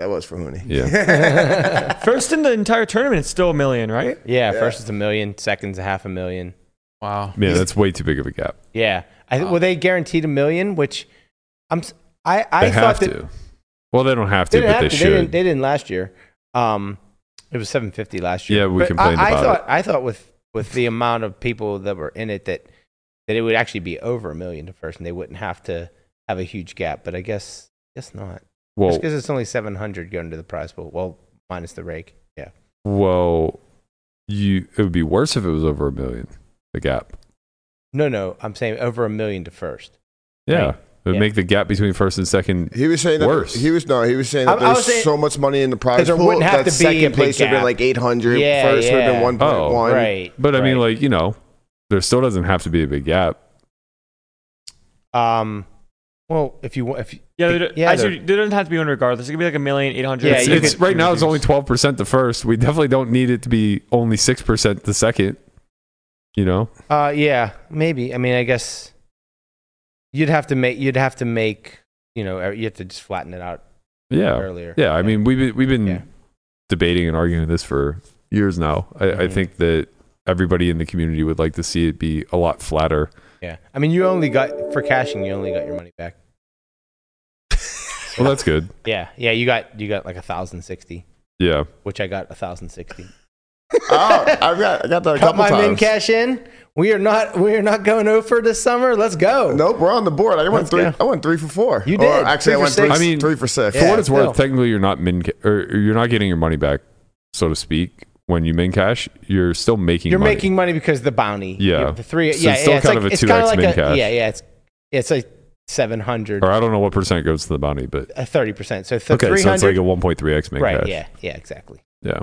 Speaker 2: That was for Hooney.
Speaker 5: Yeah.
Speaker 4: First in the entire tournament, it's still a million, right?
Speaker 3: yeah,
Speaker 2: Yeah.
Speaker 3: First it's a million. Second's a half a million.
Speaker 6: wow.
Speaker 5: Man, that's way too big of a gap.
Speaker 3: Yeah. I th-
Speaker 6: Wow.
Speaker 5: Uh,
Speaker 3: well, they guaranteed a million, which I'm. s- I
Speaker 5: They
Speaker 3: I
Speaker 5: have
Speaker 3: thought that
Speaker 5: to. Well, they don't have
Speaker 3: they
Speaker 5: to,
Speaker 3: didn't
Speaker 5: but
Speaker 3: have
Speaker 5: they
Speaker 3: to. They didn't,
Speaker 5: should.
Speaker 3: they didn't last year. Um, It was 750 last year.
Speaker 5: Yeah, we
Speaker 3: But
Speaker 5: complained
Speaker 3: I, I
Speaker 5: about
Speaker 3: thought, I thought with with the amount of people that were in it that that it would actually be over a million to first, and they wouldn't have to have a huge gap. But I guess guess not.
Speaker 5: Well,
Speaker 3: Just because it's only 700 going to the prize pool. Well, minus the rake. Yeah.
Speaker 5: well, you it would be worse if it was over a million. The gap.
Speaker 3: No, no. I'm saying over a million to first.
Speaker 5: Yeah,
Speaker 3: Right.
Speaker 5: it would
Speaker 3: Yeah.
Speaker 5: make the gap between first and second.
Speaker 2: He was saying that
Speaker 5: Worse.
Speaker 2: he was no, he was saying
Speaker 3: I-
Speaker 2: that
Speaker 3: I was
Speaker 2: there's
Speaker 3: saying-
Speaker 2: so much money in the
Speaker 3: That
Speaker 2: prize
Speaker 3: there
Speaker 2: pool.
Speaker 3: wouldn't have
Speaker 2: that
Speaker 3: to be a
Speaker 2: second
Speaker 3: big
Speaker 2: place would have been
Speaker 3: gap.
Speaker 2: like 800.
Speaker 3: Yeah,
Speaker 2: first would have
Speaker 3: yeah.
Speaker 2: been 1.1.
Speaker 5: Oh.
Speaker 3: Right.
Speaker 5: But I mean,
Speaker 3: right.
Speaker 5: like you know, there still doesn't have to be a big gap.
Speaker 3: um, well, if you want, if you,
Speaker 4: Yeah, there,
Speaker 3: Yeah,
Speaker 4: yeah,
Speaker 3: they're-
Speaker 4: there doesn't have to be one regardless. It could be like a million eight hundred.
Speaker 3: Yeah,
Speaker 5: it's,
Speaker 3: you
Speaker 5: it's-
Speaker 3: could-
Speaker 5: right now it's only twelve percent the first. We definitely don't need it to be only six percent the second. You know,
Speaker 3: uh, yeah, maybe. I mean, I guess you'd have to make, you'd have to make, you know, er, you have to just flatten it out
Speaker 5: yeah,
Speaker 3: earlier.
Speaker 5: yeah. I mean, we've been, we've been
Speaker 3: Yeah.
Speaker 5: debating and arguing this for years now. I, I
Speaker 3: Mhm.
Speaker 5: think that everybody in the community would like to see it be a lot flatter.
Speaker 3: Yeah. I mean, you only got for cashing. You only got your money back.
Speaker 5: Well, that's good.
Speaker 3: Yeah. Yeah. You got you got like a thousand sixty,
Speaker 5: Yeah,
Speaker 3: which I got a thousand sixty.
Speaker 2: Oh, I've got, I got that a
Speaker 3: Cut
Speaker 2: couple
Speaker 3: my min
Speaker 2: times.
Speaker 3: cash in. We are not we are not going over this summer. Let's go.
Speaker 2: Nope, we're on the board. I went
Speaker 3: Let's
Speaker 2: three.
Speaker 3: go.
Speaker 2: I went three for four.
Speaker 3: You
Speaker 2: Or
Speaker 3: did.
Speaker 2: actually,
Speaker 3: Three
Speaker 2: I
Speaker 3: for
Speaker 2: went three.
Speaker 5: six. I mean,
Speaker 2: three for six.
Speaker 5: for
Speaker 3: Yeah,
Speaker 5: what it's
Speaker 3: still.
Speaker 5: worth, technically you're not min ca- or you're not getting your money back, so to speak. When you min cash, you're still making.
Speaker 3: You're
Speaker 5: money.
Speaker 3: making money because the bounty.
Speaker 5: Yeah.
Speaker 3: You- The three.
Speaker 5: So
Speaker 3: yeah.
Speaker 5: it's still
Speaker 3: yeah, it's
Speaker 5: kind
Speaker 3: like,
Speaker 5: of a
Speaker 3: it's kinda
Speaker 5: 2x
Speaker 3: like
Speaker 5: min cash.
Speaker 3: Yeah. Yeah. It's it's like seven hundred.
Speaker 5: or I don't know what percent goes to the bounty, but
Speaker 3: A thirty percent. So th-
Speaker 5: okay,
Speaker 3: three
Speaker 5: so it's like
Speaker 3: hundred.
Speaker 5: a 1.3x min
Speaker 3: right.
Speaker 5: cash.
Speaker 3: Yeah. Yeah. Exactly.
Speaker 5: yeah.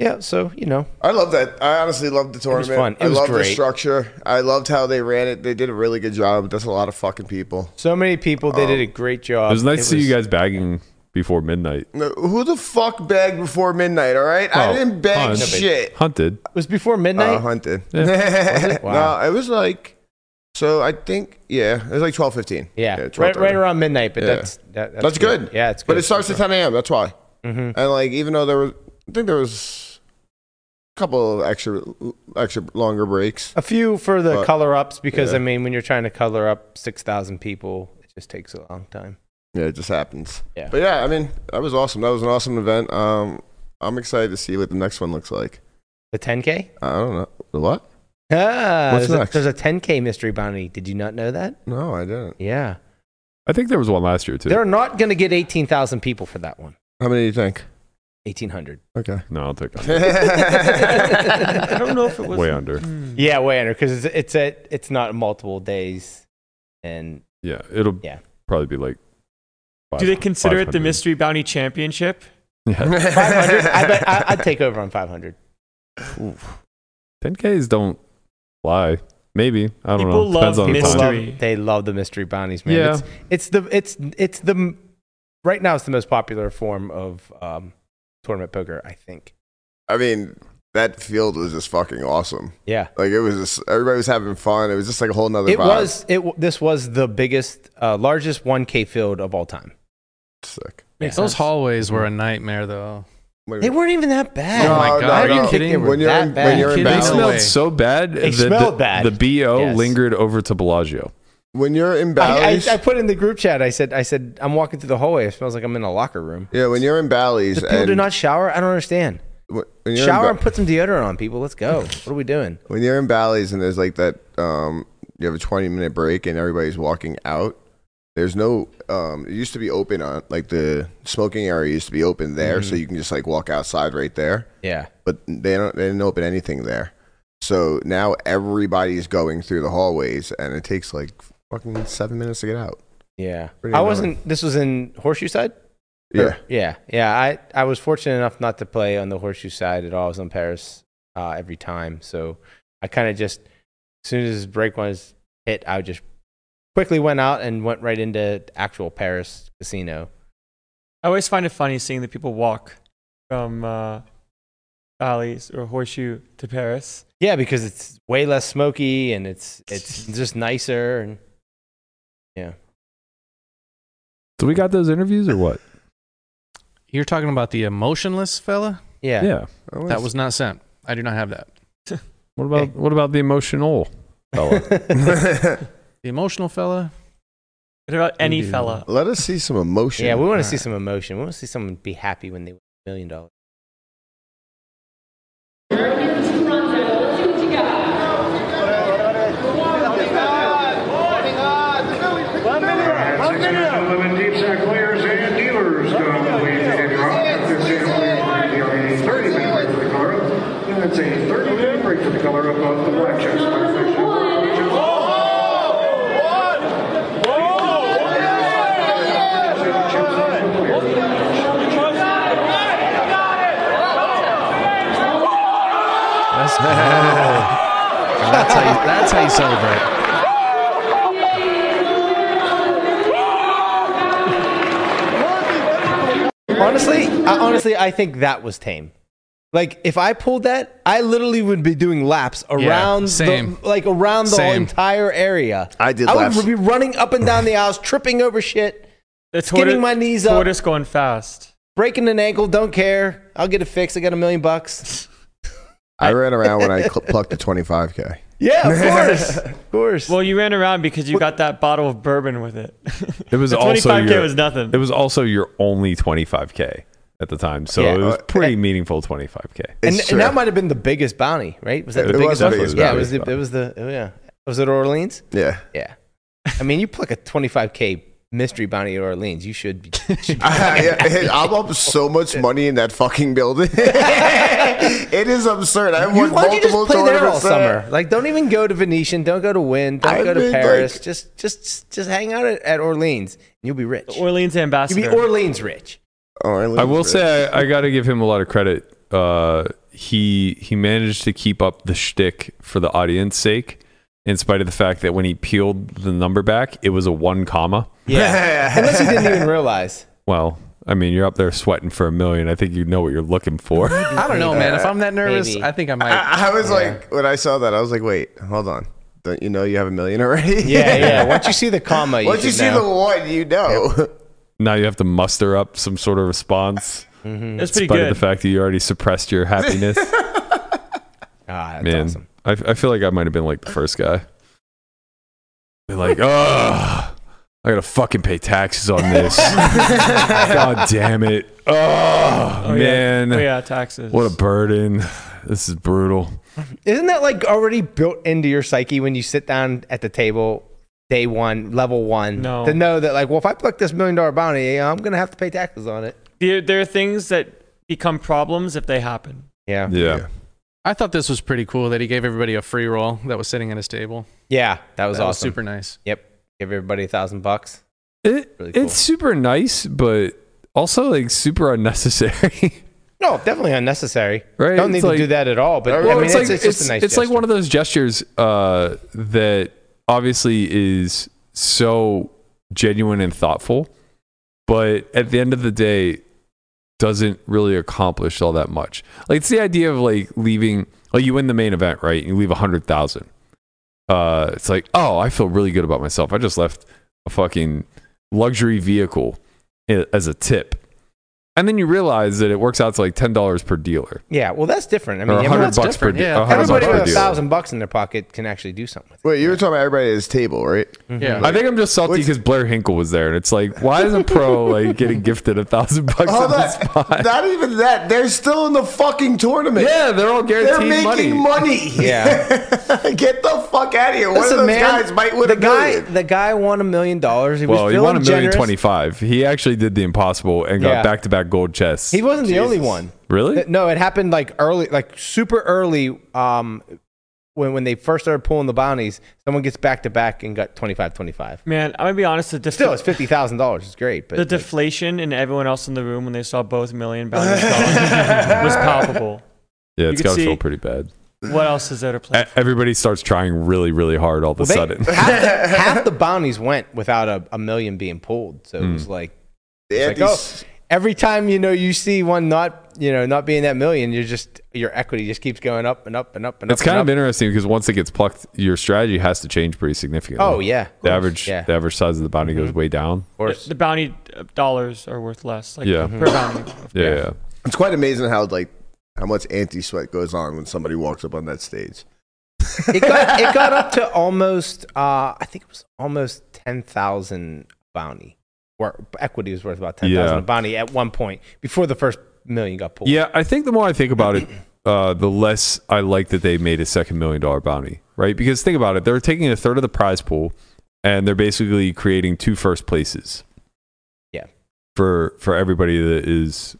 Speaker 3: Yeah. So you know.
Speaker 2: I love that. I honestly loved the
Speaker 3: was
Speaker 2: tournament.
Speaker 3: fun. It
Speaker 2: I
Speaker 3: was
Speaker 2: loved the
Speaker 3: great.
Speaker 2: structure. I loved how they ran it. They did a really good job. That's a lot of fucking people.
Speaker 3: So many people. They did a great job.
Speaker 5: Uh, It was nice to see you guys bagging before midnight.
Speaker 2: No, Who the fuck bagged before midnight? All right, I
Speaker 5: Oh,
Speaker 2: didn't bag
Speaker 5: Hunt.
Speaker 2: shit.
Speaker 5: Hunted.
Speaker 3: It was before midnight.
Speaker 2: Uh, hunted.
Speaker 3: it? Wow.
Speaker 2: No, it was like. So I think yeah, it was like twelve fifteen.
Speaker 3: yeah. right. Right around midnight. But
Speaker 2: Yeah.
Speaker 3: that's that, that's,
Speaker 2: That's good.
Speaker 3: Yeah. It's good.
Speaker 2: But it starts Mm-hmm. at ten a.m. That's why.
Speaker 3: Mhm.
Speaker 2: And like even though there was, I think there was a couple of extra extra longer breaks.
Speaker 3: A few for the
Speaker 2: But-
Speaker 3: color ups because
Speaker 2: yeah.
Speaker 3: I mean, when you're trying to color up six thousand people, it just takes a long time.
Speaker 2: Yeah, it just happens.
Speaker 3: Yeah.
Speaker 2: But yeah, I mean, that was awesome. That was an awesome event. Um, I'm excited to see what the next one looks like.
Speaker 3: The 10k.
Speaker 2: I don't know. The what?
Speaker 3: Ah,
Speaker 2: What's
Speaker 3: there's, a,
Speaker 2: next?
Speaker 3: there's a 10k mystery bounty. Did you not know that?
Speaker 2: No, I didn't.
Speaker 3: Yeah,
Speaker 5: I think there was one last year too.
Speaker 3: they're not going to get 18,000 people for that one.
Speaker 2: How many do you think?
Speaker 3: 1,800.
Speaker 2: Okay.
Speaker 5: no, I'll take that.
Speaker 4: I don't know if it was Hmm.
Speaker 5: Way under.
Speaker 3: Yeah, way under because it's it's a, it's not multiple days, and
Speaker 5: Yeah, it'll
Speaker 3: Yeah.
Speaker 5: probably be like.
Speaker 4: Do they consider it the
Speaker 5: 500.
Speaker 4: mystery bounty championship?
Speaker 5: Yeah.
Speaker 3: 500. I bet I, I'd take over on 500.
Speaker 5: 10Ks don't lie. Maybe I don't
Speaker 4: People
Speaker 5: know. Depends
Speaker 4: love
Speaker 5: on the
Speaker 3: People
Speaker 4: mystery.
Speaker 5: time.
Speaker 3: love, they love the mystery bounties, man.
Speaker 5: Yeah.
Speaker 3: It's, it's the it's it's the m- right now it's the most popular form of um, tournament poker, I think.
Speaker 2: I mean, that field was just fucking awesome.
Speaker 3: Yeah.
Speaker 2: Like it was just everybody was having fun. It was just like a whole nother
Speaker 3: It
Speaker 2: vibe.
Speaker 3: was it w- this was the biggest uh, largest 1k field of all time.
Speaker 2: sick.
Speaker 4: Makes
Speaker 6: Those
Speaker 4: sense.
Speaker 6: hallways were a nightmare, though.
Speaker 2: Wait a
Speaker 3: They
Speaker 2: minute.
Speaker 3: weren't even that bad.
Speaker 2: No,
Speaker 6: Oh my God,
Speaker 2: no,
Speaker 6: are you
Speaker 2: no.
Speaker 6: kidding?
Speaker 2: When you're
Speaker 3: That
Speaker 2: in,
Speaker 3: bad.
Speaker 2: when you're in
Speaker 6: Kidding?
Speaker 5: They
Speaker 6: No
Speaker 2: Ballard,
Speaker 5: smelled
Speaker 6: way.
Speaker 5: so bad.
Speaker 3: They
Speaker 5: that
Speaker 3: smelled
Speaker 5: the,
Speaker 3: bad.
Speaker 5: The bo
Speaker 3: Yes.
Speaker 5: lingered over to Bellagio.
Speaker 2: when you're in
Speaker 3: I,
Speaker 2: Bally's,
Speaker 3: I, I put in the group chat. I said, I said, I'm walking through the hallway. It smells like I'm in a locker room.
Speaker 2: yeah, when you're in Bally's,
Speaker 3: Does people do
Speaker 2: and
Speaker 3: not shower? I don't understand.
Speaker 2: when you're in
Speaker 3: Shower
Speaker 2: Ba-
Speaker 3: and put some deodorant on, people. Let's go. What are we doing?
Speaker 2: when you're in Bally's and there's like that um you have a 20 minute break and everybody's walking out there's no um it used to be open on like the smoking area used to be open there
Speaker 3: Mm-hmm.
Speaker 2: so you can just like walk outside right there
Speaker 3: Yeah.
Speaker 2: but they don't they didn't open anything there so now everybody's going through the hallways and it takes like fucking 7 minutes to get out
Speaker 3: Yeah.
Speaker 2: Pretty
Speaker 3: I
Speaker 2: annoying.
Speaker 3: wasn't, this was in Horseshoe Side?
Speaker 2: yeah
Speaker 3: Yeah, yeah. I, I was fortunate enough not to play on the horseshoe side at all. I was on Paris uh, every time, so I kind of just as soon as break was hit, I just quickly went out and went right into actual Paris casino.
Speaker 4: I always find it funny seeing the people walk from uh, Bally's or Horseshoe to Paris.
Speaker 3: Yeah, because it's way less smoky and it's it's just nicer. And
Speaker 5: So we got those interviews or what?
Speaker 6: You're talking about the emotionless fella?
Speaker 3: yeah,
Speaker 6: That was not sent. I do not have that.
Speaker 5: What about
Speaker 3: Okay.
Speaker 5: what about the emotional?
Speaker 3: Oh,
Speaker 5: fella?
Speaker 6: The emotional fella?
Speaker 4: What about any
Speaker 5: Indeed.
Speaker 4: fella?
Speaker 2: let us see some emotion
Speaker 3: yeah. We want to
Speaker 6: Alright.
Speaker 3: see some emotion. We want to see someone be happy when they win a million dollars.
Speaker 7: Lemon deep sack players and dealers go away to get drunk. There's a thirty minute break for the color up. And it's a thirty minute break for the color up of the black checks.
Speaker 6: That's, that's, how you, that's how you celebrate.
Speaker 3: Honestly, I, honestly, I think that was tame. Like if I pulled that, I literally would be doing laps around
Speaker 6: same.
Speaker 3: the like around the
Speaker 6: Same.
Speaker 3: entire area.
Speaker 2: I did
Speaker 3: I
Speaker 2: laps.
Speaker 3: would be running up and down the aisles, tripping over shit,
Speaker 4: The
Speaker 3: Skimming
Speaker 4: tortoise-
Speaker 3: my knees up.
Speaker 4: Tortoise going fast.
Speaker 3: breaking an ankle. Don't care. I'll get it fixed. I got a million bucks.
Speaker 2: I ran around when I cl- plucked a 25K.
Speaker 3: Yeah, of course, of course.
Speaker 4: Well, you ran around because you got that bottle of bourbon with it.
Speaker 5: It was
Speaker 4: The
Speaker 5: also
Speaker 4: 25K
Speaker 5: your-
Speaker 4: was nothing.
Speaker 5: It was also your only 25k at the time, so
Speaker 3: Yeah.
Speaker 5: it was
Speaker 2: Uh,
Speaker 5: pretty meaningful 25k.
Speaker 3: and,
Speaker 2: It's
Speaker 3: and that
Speaker 2: true.
Speaker 3: might have been the biggest bounty, right? Was that
Speaker 5: It
Speaker 3: the
Speaker 5: was
Speaker 3: biggest?
Speaker 5: the
Speaker 3: bounty?
Speaker 5: biggest
Speaker 3: yeah,
Speaker 5: bounty.
Speaker 3: it was. The, it was the. Oh yeah, was it Orleans?
Speaker 2: Yeah.
Speaker 3: Yeah. I mean, you pluck a 25k mystery bounty at Orleans, you should be. should be-
Speaker 2: I, am up so much money in that fucking building. it is absurd. I
Speaker 3: You,
Speaker 2: won
Speaker 3: why don't you
Speaker 2: multiple
Speaker 3: just play there all
Speaker 2: tournaments there.
Speaker 3: summer? Like, don't even go to Venetian. Don't go to Wynn. Don't
Speaker 2: I mean,
Speaker 3: go to
Speaker 2: like-
Speaker 3: Paris. just, just, just hang out at, at Orleans, and you'll be rich.
Speaker 4: Orleans
Speaker 3: You'll be
Speaker 4: ambassador.
Speaker 3: Orleans rich.
Speaker 2: Oh,
Speaker 5: I
Speaker 2: live
Speaker 5: will
Speaker 2: rich.
Speaker 5: say I, I got to give him a lot of credit. Uh, he he managed to keep up the shtick for the audience's sake, in spite of the fact that when he peeled the number back, it was a one comma.
Speaker 3: Yeah. Unless you didn't even realize.
Speaker 5: Well, I mean, you're up there sweating for a million. I think you know what you're looking for.
Speaker 6: I don't know, man. If I'm that nervous,
Speaker 3: Maybe.
Speaker 6: I think I might.
Speaker 2: I, I was like, when I saw that, I was like, wait, hold on. Don't you know you have a million already?
Speaker 3: Yeah, yeah. Once you see the comma, you
Speaker 2: Once you
Speaker 3: should
Speaker 2: see
Speaker 3: know.
Speaker 2: the one, you know.
Speaker 5: now you have to muster up some sort of response,
Speaker 4: That's pretty
Speaker 5: in spite of
Speaker 4: good.
Speaker 5: the fact that you already suppressed your happiness.
Speaker 3: Ah, that's
Speaker 5: Man,
Speaker 3: awesome.
Speaker 5: I, I feel like I might have been like the first guy. Be like, oh, I gotta fucking pay taxes on this. God damn it. Oh,
Speaker 4: Oh, yeah.
Speaker 5: man.
Speaker 4: Oh, yeah, taxes.
Speaker 5: What a burden. This is brutal.
Speaker 3: Isn't that like already built into your psyche when you sit down at the table, day one, level one,
Speaker 4: No.
Speaker 3: to know that like, well, if I pluck this million dollar bounty, I'm gonna have to pay taxes on it.
Speaker 4: there, there are things that become problems if they happen.
Speaker 3: Yeah,
Speaker 5: Yeah.
Speaker 6: I thought this was pretty cool that he gave everybody a free roll that was sitting at his table.
Speaker 3: yeah, that was
Speaker 6: that
Speaker 3: awesome.
Speaker 6: was super nice.
Speaker 3: Yep, give everybody a thousand bucks.
Speaker 5: It,
Speaker 3: Really cool.
Speaker 5: It's super nice, but also like super unnecessary.
Speaker 3: No, definitely unnecessary.
Speaker 5: Right,
Speaker 3: Don't need
Speaker 5: it's
Speaker 3: to
Speaker 5: like-
Speaker 3: do that at all. But I
Speaker 5: Well,
Speaker 3: mean,
Speaker 5: it's
Speaker 3: it's,
Speaker 5: like
Speaker 3: it's just a nice.
Speaker 5: it's like one of those gestures uh, that obviously is so genuine and thoughtful, but at the end of the day, doesn't really accomplish all that much. Like it's the idea of like leaving, like you win the main event, right? You leave a hundred thousand. Uh, it's like, oh, I feel really good about myself. I just left a fucking luxury vehicle i- as a tip. And then you realize that it works out to like ten dollars per dealer,
Speaker 3: yeah. Well, that's different. I mean,
Speaker 5: or a hundred
Speaker 3: everyone-
Speaker 5: bucks per
Speaker 6: different,
Speaker 5: de-
Speaker 6: yeah.
Speaker 5: a hundred bucks per dealer.
Speaker 3: everybody with a thousand bucks in their pocket can actually do something with it.
Speaker 2: Wait, you were talking about everybody at his table, right?
Speaker 6: Yeah.
Speaker 5: I think I'm just salty because Blair Hinkle was there, and it's like, why isn't pro like getting gifted a thousand bucks on
Speaker 2: Hold
Speaker 5: the
Speaker 2: on.
Speaker 5: spot?
Speaker 2: Oh, Not even that. They're still in the fucking tournament.
Speaker 5: yeah, they're all
Speaker 2: They're
Speaker 5: guaranteed money.
Speaker 2: making money.
Speaker 3: Yeah.
Speaker 2: Get the fuck out of here. One of those guys might win
Speaker 3: the
Speaker 2: a
Speaker 3: guy,
Speaker 2: million.
Speaker 3: the guy won a million dollars. He
Speaker 5: Well,
Speaker 3: was
Speaker 5: he
Speaker 3: feeling
Speaker 5: won a million
Speaker 3: generous.
Speaker 5: twenty-five. He actually did the impossible and got
Speaker 3: Yeah.
Speaker 5: back-to-back gold chests.
Speaker 3: He wasn't the only one.
Speaker 5: really?
Speaker 3: Th- No, it happened like early, like super early. Um, when when they first started pulling the bounties, someone gets back to back and got 25 25.
Speaker 4: Man, I'm gonna be honest. The def-
Speaker 3: Still, it's fifty thousand dollars. It's great, but
Speaker 4: the deflation in everyone else in the room when they saw both million bounties gone was palpable.
Speaker 5: yeah, it's
Speaker 4: could
Speaker 5: got to
Speaker 4: see-
Speaker 5: feel pretty bad.
Speaker 4: What else is there to play?
Speaker 5: E- Everybody starts trying really, really hard all of a
Speaker 3: Well, they-
Speaker 5: sudden.
Speaker 3: half, the, half the bounties went without a, a million being pulled. So it
Speaker 5: Hmm.
Speaker 3: was like,
Speaker 2: They had
Speaker 3: it's like,
Speaker 2: these-
Speaker 3: oh, every time you know you see one not you know not being that million, you're just your equity just keeps going up and up and up and
Speaker 5: it's
Speaker 3: up.
Speaker 5: kind of
Speaker 3: and up.
Speaker 5: interesting because once it gets plucked, your strategy has to change pretty significantly.
Speaker 3: Oh yeah,
Speaker 5: the average
Speaker 3: Yeah. Mm-hmm.
Speaker 5: the average size of the bounty goes way down.
Speaker 3: of course.
Speaker 4: The bounty uh, dollars are worth less. Like
Speaker 5: Yeah.
Speaker 4: per bounty.
Speaker 5: Yeah, yeah.
Speaker 2: It's quite amazing how like how much anti sweat goes on when somebody walks up on that stage.
Speaker 3: it got it got up to almost uh, I think it was almost ten thousand bounty. Where equity was worth about ten thousand
Speaker 5: Yeah.
Speaker 3: bounty at one point before the first million got pulled.
Speaker 5: Yeah, I think the more I think about it, uh, the less I like that they made a second million dollar bounty, right? Because think about it, they're taking a third of the prize pool and they're basically creating two first places.
Speaker 3: Yeah.
Speaker 5: For for everybody that is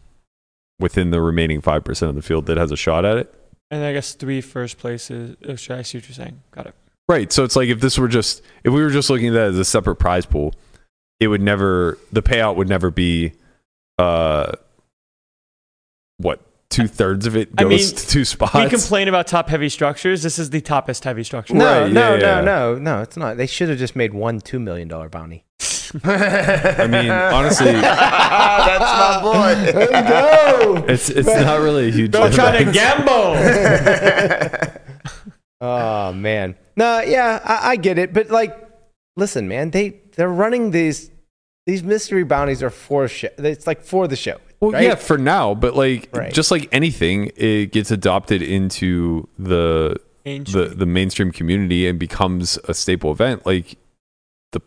Speaker 5: within the remaining five percent of the field that has a shot at it.
Speaker 4: And I guess three first places. Oh, shit, I see what you're saying. Got it.
Speaker 5: Right. So it's like if this were just if we were just looking at that as a separate prize pool, it would never the payout would never be uh what, two thirds of it
Speaker 4: I
Speaker 5: goes
Speaker 4: mean,
Speaker 5: to two
Speaker 4: We
Speaker 5: spots.
Speaker 4: complain about top heavy structures. This is the toppest heavy structure.
Speaker 5: No.
Speaker 3: No,
Speaker 5: Right,
Speaker 3: no,
Speaker 5: yeah,
Speaker 3: no,
Speaker 5: yeah.
Speaker 3: no, no. It's not. They should have just made one two million dollar bounty.
Speaker 5: I mean, honestly,
Speaker 2: That's my boy.
Speaker 5: it's it's not really a huge
Speaker 4: Don't try to
Speaker 5: difference.
Speaker 4: gamble.
Speaker 3: Oh man. No, yeah, I, I get it, but like, listen, man, they they're running these these mystery bounties are for show. It's like for the show.
Speaker 5: Well,
Speaker 3: right?
Speaker 5: yeah, for now, but like
Speaker 3: Right.
Speaker 5: just like anything, it gets adopted into the the the mainstream community and becomes a staple event. Like the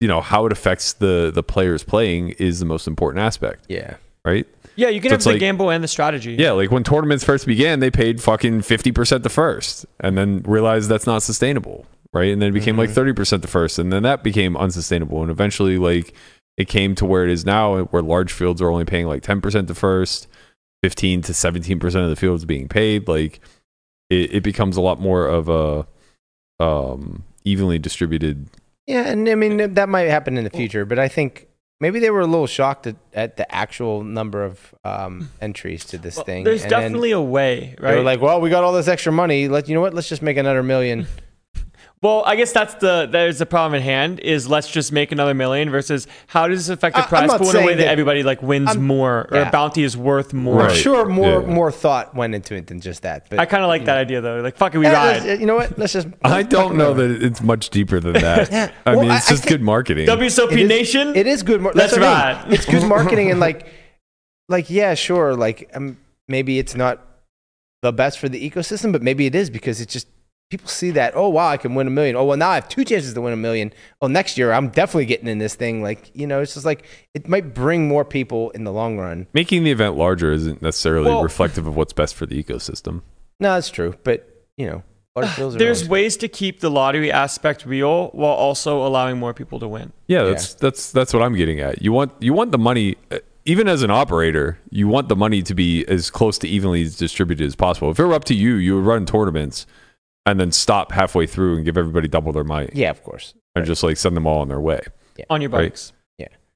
Speaker 5: you know how it affects the the players playing is the most important aspect,
Speaker 3: yeah.
Speaker 5: right?
Speaker 4: Yeah, you can
Speaker 5: So
Speaker 4: have
Speaker 5: it's
Speaker 4: the
Speaker 5: like-
Speaker 4: gamble and the strategy.
Speaker 5: Yeah, like when tournaments first began, they paid fucking fifty percent the first, and then realized that's not sustainable, right? And then it became
Speaker 3: Mm-hmm.
Speaker 5: like thirty percent the first, and then that became unsustainable, and eventually like it came to where it is now, where large fields are only paying like ten percent the first, fifteen to seventeen percent of the fields being paid. Like it, it becomes a lot more of a um, evenly distributed.
Speaker 3: Yeah, and I mean that might happen in the future, but I think maybe they were a little shocked at, at the actual number of um, entries to this
Speaker 4: Well,
Speaker 3: thing.
Speaker 4: there's
Speaker 3: and then
Speaker 4: definitely a way,
Speaker 3: they
Speaker 4: right?
Speaker 3: were like, well, we got all this extra money. Let you know what? Let's just make another million.
Speaker 4: well, I guess that's the there's the problem at hand is let's just make another million versus how does this affect the
Speaker 3: I- I'm
Speaker 4: prize
Speaker 3: not
Speaker 4: pool in a way
Speaker 3: saying
Speaker 4: that,
Speaker 3: that-
Speaker 4: everybody like wins
Speaker 3: I'm-
Speaker 4: more or
Speaker 3: yeah.
Speaker 4: a bounty is worth more.
Speaker 5: Right.
Speaker 3: I'm sure more
Speaker 5: yeah.
Speaker 3: more thought went into it than just that. But
Speaker 4: I kind of like that idea though. Like fuck it, we
Speaker 3: Eh,
Speaker 4: ride.
Speaker 3: let's- you know what? Let's just.
Speaker 5: I don't know that it's much deeper than that.
Speaker 3: Yeah.
Speaker 5: I
Speaker 3: Well,
Speaker 5: mean,
Speaker 3: I-
Speaker 5: it's
Speaker 3: I
Speaker 5: just
Speaker 3: think-
Speaker 5: good marketing.
Speaker 4: WSOP
Speaker 3: It is-
Speaker 4: Nation.
Speaker 3: It is good. Mar-
Speaker 4: Let's
Speaker 3: that's what I mean.
Speaker 4: ride.
Speaker 3: It's good marketing and like, like yeah, sure. Like um, maybe it's not the best for the ecosystem, but maybe it is because it's just people see that. Oh wow, I can win a million. Oh well, now I have two chances to win a million. Oh, next year I'm definitely getting in this thing. Like you know, it's just like it might bring more people in the long run.
Speaker 5: Making the event larger isn't necessarily
Speaker 4: Well-
Speaker 5: reflective of what's best for the ecosystem.
Speaker 3: No, that's true, but you know, large fields are
Speaker 4: There's
Speaker 3: always-
Speaker 4: ways to keep the lottery aspect real while also allowing more people to win.
Speaker 5: Yeah, that's that's that's what I'm getting at. You want you want the money uh, even as an operator, you want the money to be as close to evenly distributed as possible. If it were up to you, you would run tournaments and then stop halfway through and give everybody double their money
Speaker 3: yeah, of course.
Speaker 5: and just like send them all on their way.
Speaker 4: On your
Speaker 5: Right.
Speaker 4: bikes.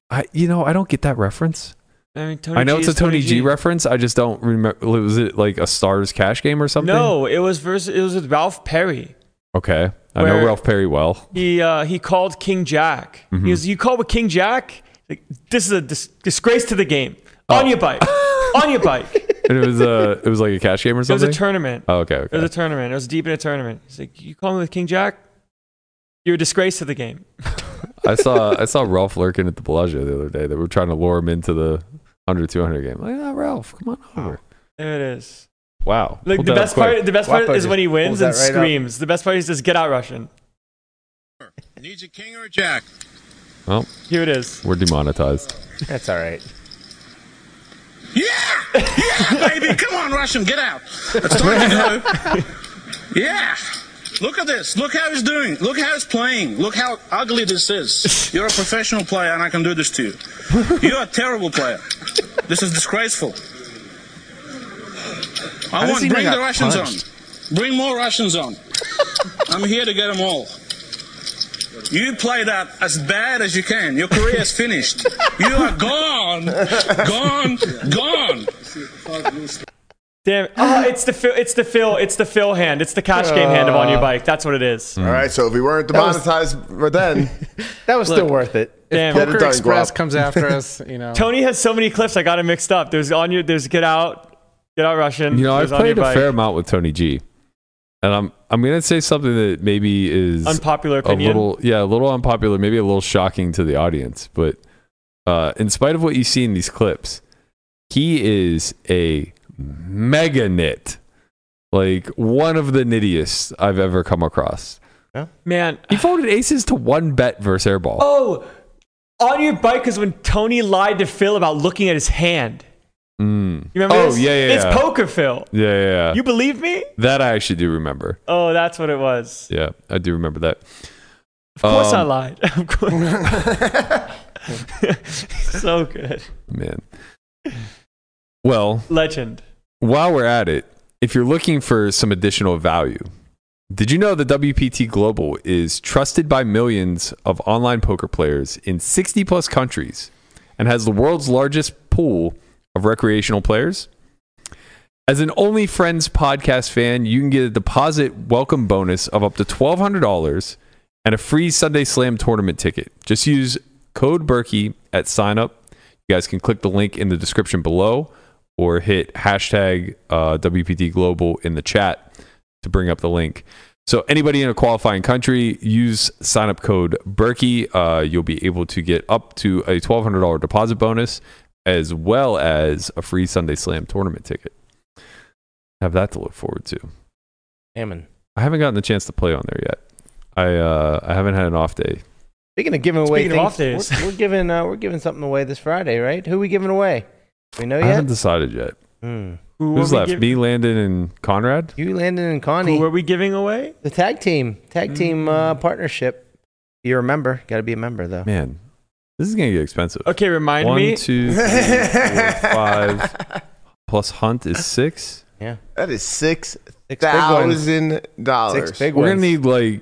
Speaker 5: I you know, I don't get that reference.
Speaker 4: I mean, Tony
Speaker 5: I know
Speaker 4: G
Speaker 5: it's
Speaker 4: is
Speaker 5: a Tony, G. reference. I just don't remember was it like a Stars cash game or something?
Speaker 4: No, it was versus, it was with Ralph Perry.
Speaker 5: Okay. I know
Speaker 4: Where-
Speaker 5: Ralph Perry well.
Speaker 4: He uh, he called King Jack.
Speaker 5: Mm-hmm.
Speaker 4: He was you called with King Jack. Like, this is a dis- disgrace to the game.
Speaker 5: Oh.
Speaker 4: On your bike. On your bike. It
Speaker 5: And it was a it was like a cash game or
Speaker 4: was
Speaker 5: something.
Speaker 4: a tournament.
Speaker 5: oh, okay,
Speaker 4: It was
Speaker 5: okay.
Speaker 4: a tournament. It was deep in a tournament. He's like, you call me with King Jack. You're a disgrace to the game.
Speaker 5: I saw I saw Ralph lurking at the Bellagio the other day. They were trying to lure him into the 100 200 game. Like, ah, Ralph, come on over.
Speaker 4: There it is.
Speaker 5: Wow.
Speaker 4: Like
Speaker 5: Pulled
Speaker 4: the
Speaker 5: that up
Speaker 4: best
Speaker 5: quick.
Speaker 4: part. The best
Speaker 3: Wapo
Speaker 4: part is when he
Speaker 3: just
Speaker 4: wins
Speaker 3: pulls
Speaker 4: and
Speaker 3: that right up.
Speaker 4: screams. The best part is just get out Russian.
Speaker 8: Needs a king or a jack?
Speaker 5: Well,
Speaker 4: Here it is.
Speaker 5: we're demonetized.
Speaker 3: That's all right.
Speaker 8: Yeah! Yeah, baby! Come on, Russian, get out! It's time to go. Yeah! Look at this. Look how he's doing. Look how he's playing. Look how ugly this is. You're a professional player, and I can do this to you. You're a terrible player. This is disgraceful. I want bring the Russians on. Bring more Russians on. I'm here to get them all. You play that as bad as you can. Your career is finished. You are gone, gone, gone.
Speaker 4: Damn! Oh, it's the Phil. It's the Phil. It's the Phil hand. It's the cash game hand of on
Speaker 5: Uh.
Speaker 4: your bike. That's what it is.
Speaker 3: Mm.
Speaker 2: All right, so if we weren't
Speaker 3: was-
Speaker 2: demonetized by then,
Speaker 3: That was still worth it.
Speaker 4: Damn!
Speaker 2: Poker-
Speaker 6: Poker
Speaker 2: done,
Speaker 6: Express
Speaker 2: Guap.
Speaker 6: comes after us, you know.
Speaker 4: Tony has so many clips. I got it mixed up. There's on your. There's get out. Get out Russian.
Speaker 5: You know, I've
Speaker 4: there's on
Speaker 5: played
Speaker 4: your
Speaker 5: a
Speaker 4: bike.
Speaker 5: fair amount with Tony G. And I'm I'm going to say something that maybe is
Speaker 4: Unpopular opinion.
Speaker 5: a little yeah, a little unpopular, maybe a little shocking to the audience, but uh, in spite of what you see in these clips, he is a mega nit. Like one of the nittiest I've ever come across.
Speaker 4: Man.
Speaker 5: He folded aces to one bet versus airball.
Speaker 4: Oh, on your bike is when Tony lied to Phil about looking at his hand.
Speaker 5: Mm.
Speaker 4: You remember?
Speaker 5: Oh,
Speaker 4: this?
Speaker 5: yeah, yeah,
Speaker 4: It's
Speaker 5: yeah.
Speaker 4: poker, Phil.
Speaker 5: Yeah, yeah, yeah.
Speaker 4: You believe me?
Speaker 5: that I actually do remember.
Speaker 4: Oh, that's what it was.
Speaker 5: Yeah, I do remember that.
Speaker 4: Of course I
Speaker 5: Um,
Speaker 4: lied. Of course. so good.
Speaker 5: man. Well,
Speaker 4: Legend.
Speaker 5: while we're at it, if you're looking for some additional value, did you know that WPT Global is trusted by millions of online poker players in 60 plus countries and has the world's largest pool of recreational players? As an Only Friends podcast fan, you can get a deposit welcome bonus of up to $1,200 and a free Sunday Slam tournament ticket. Just use code Berkey at sign up. You guys can click the link in the description below or hit hashtag uh, WPT Global in the chat to bring up the link. So anybody in a qualifying country, use sign up code Berkey. Uh, you'll be able to get up to a twelve hundred dollar deposit bonus, as well as a free Sunday Slam tournament ticket. Have that to look forward to.
Speaker 3: Ammon.
Speaker 5: I haven't gotten the chance to play on there yet. I uh, I haven't had an off day.
Speaker 3: Speaking of giving away
Speaker 4: Speaking of off
Speaker 3: things,
Speaker 4: days.
Speaker 3: we're, we're giving uh, we're giving something away this Friday, right? Who we giving away? We know
Speaker 5: I haven't
Speaker 3: yet.
Speaker 5: decided yet.
Speaker 3: Hmm.
Speaker 4: Who
Speaker 5: Who's
Speaker 4: were we
Speaker 5: left?
Speaker 4: giv-
Speaker 5: Me, Landon, and Conrad.
Speaker 3: You, Landon, and
Speaker 4: Who
Speaker 3: Connie,
Speaker 4: were we giving away?
Speaker 3: the tag team,
Speaker 5: Hmm.
Speaker 3: tag team uh, partnership. You're a member. Got to be a member though.
Speaker 5: Man, this is gonna get expensive.
Speaker 4: Okay, remind
Speaker 5: One,
Speaker 4: me.
Speaker 5: two, three, four, five. Plus Hunt is six.
Speaker 2: That is six
Speaker 3: Six big ones.
Speaker 2: thousand dollars.
Speaker 3: Six big
Speaker 5: We're
Speaker 3: ones.
Speaker 5: gonna need like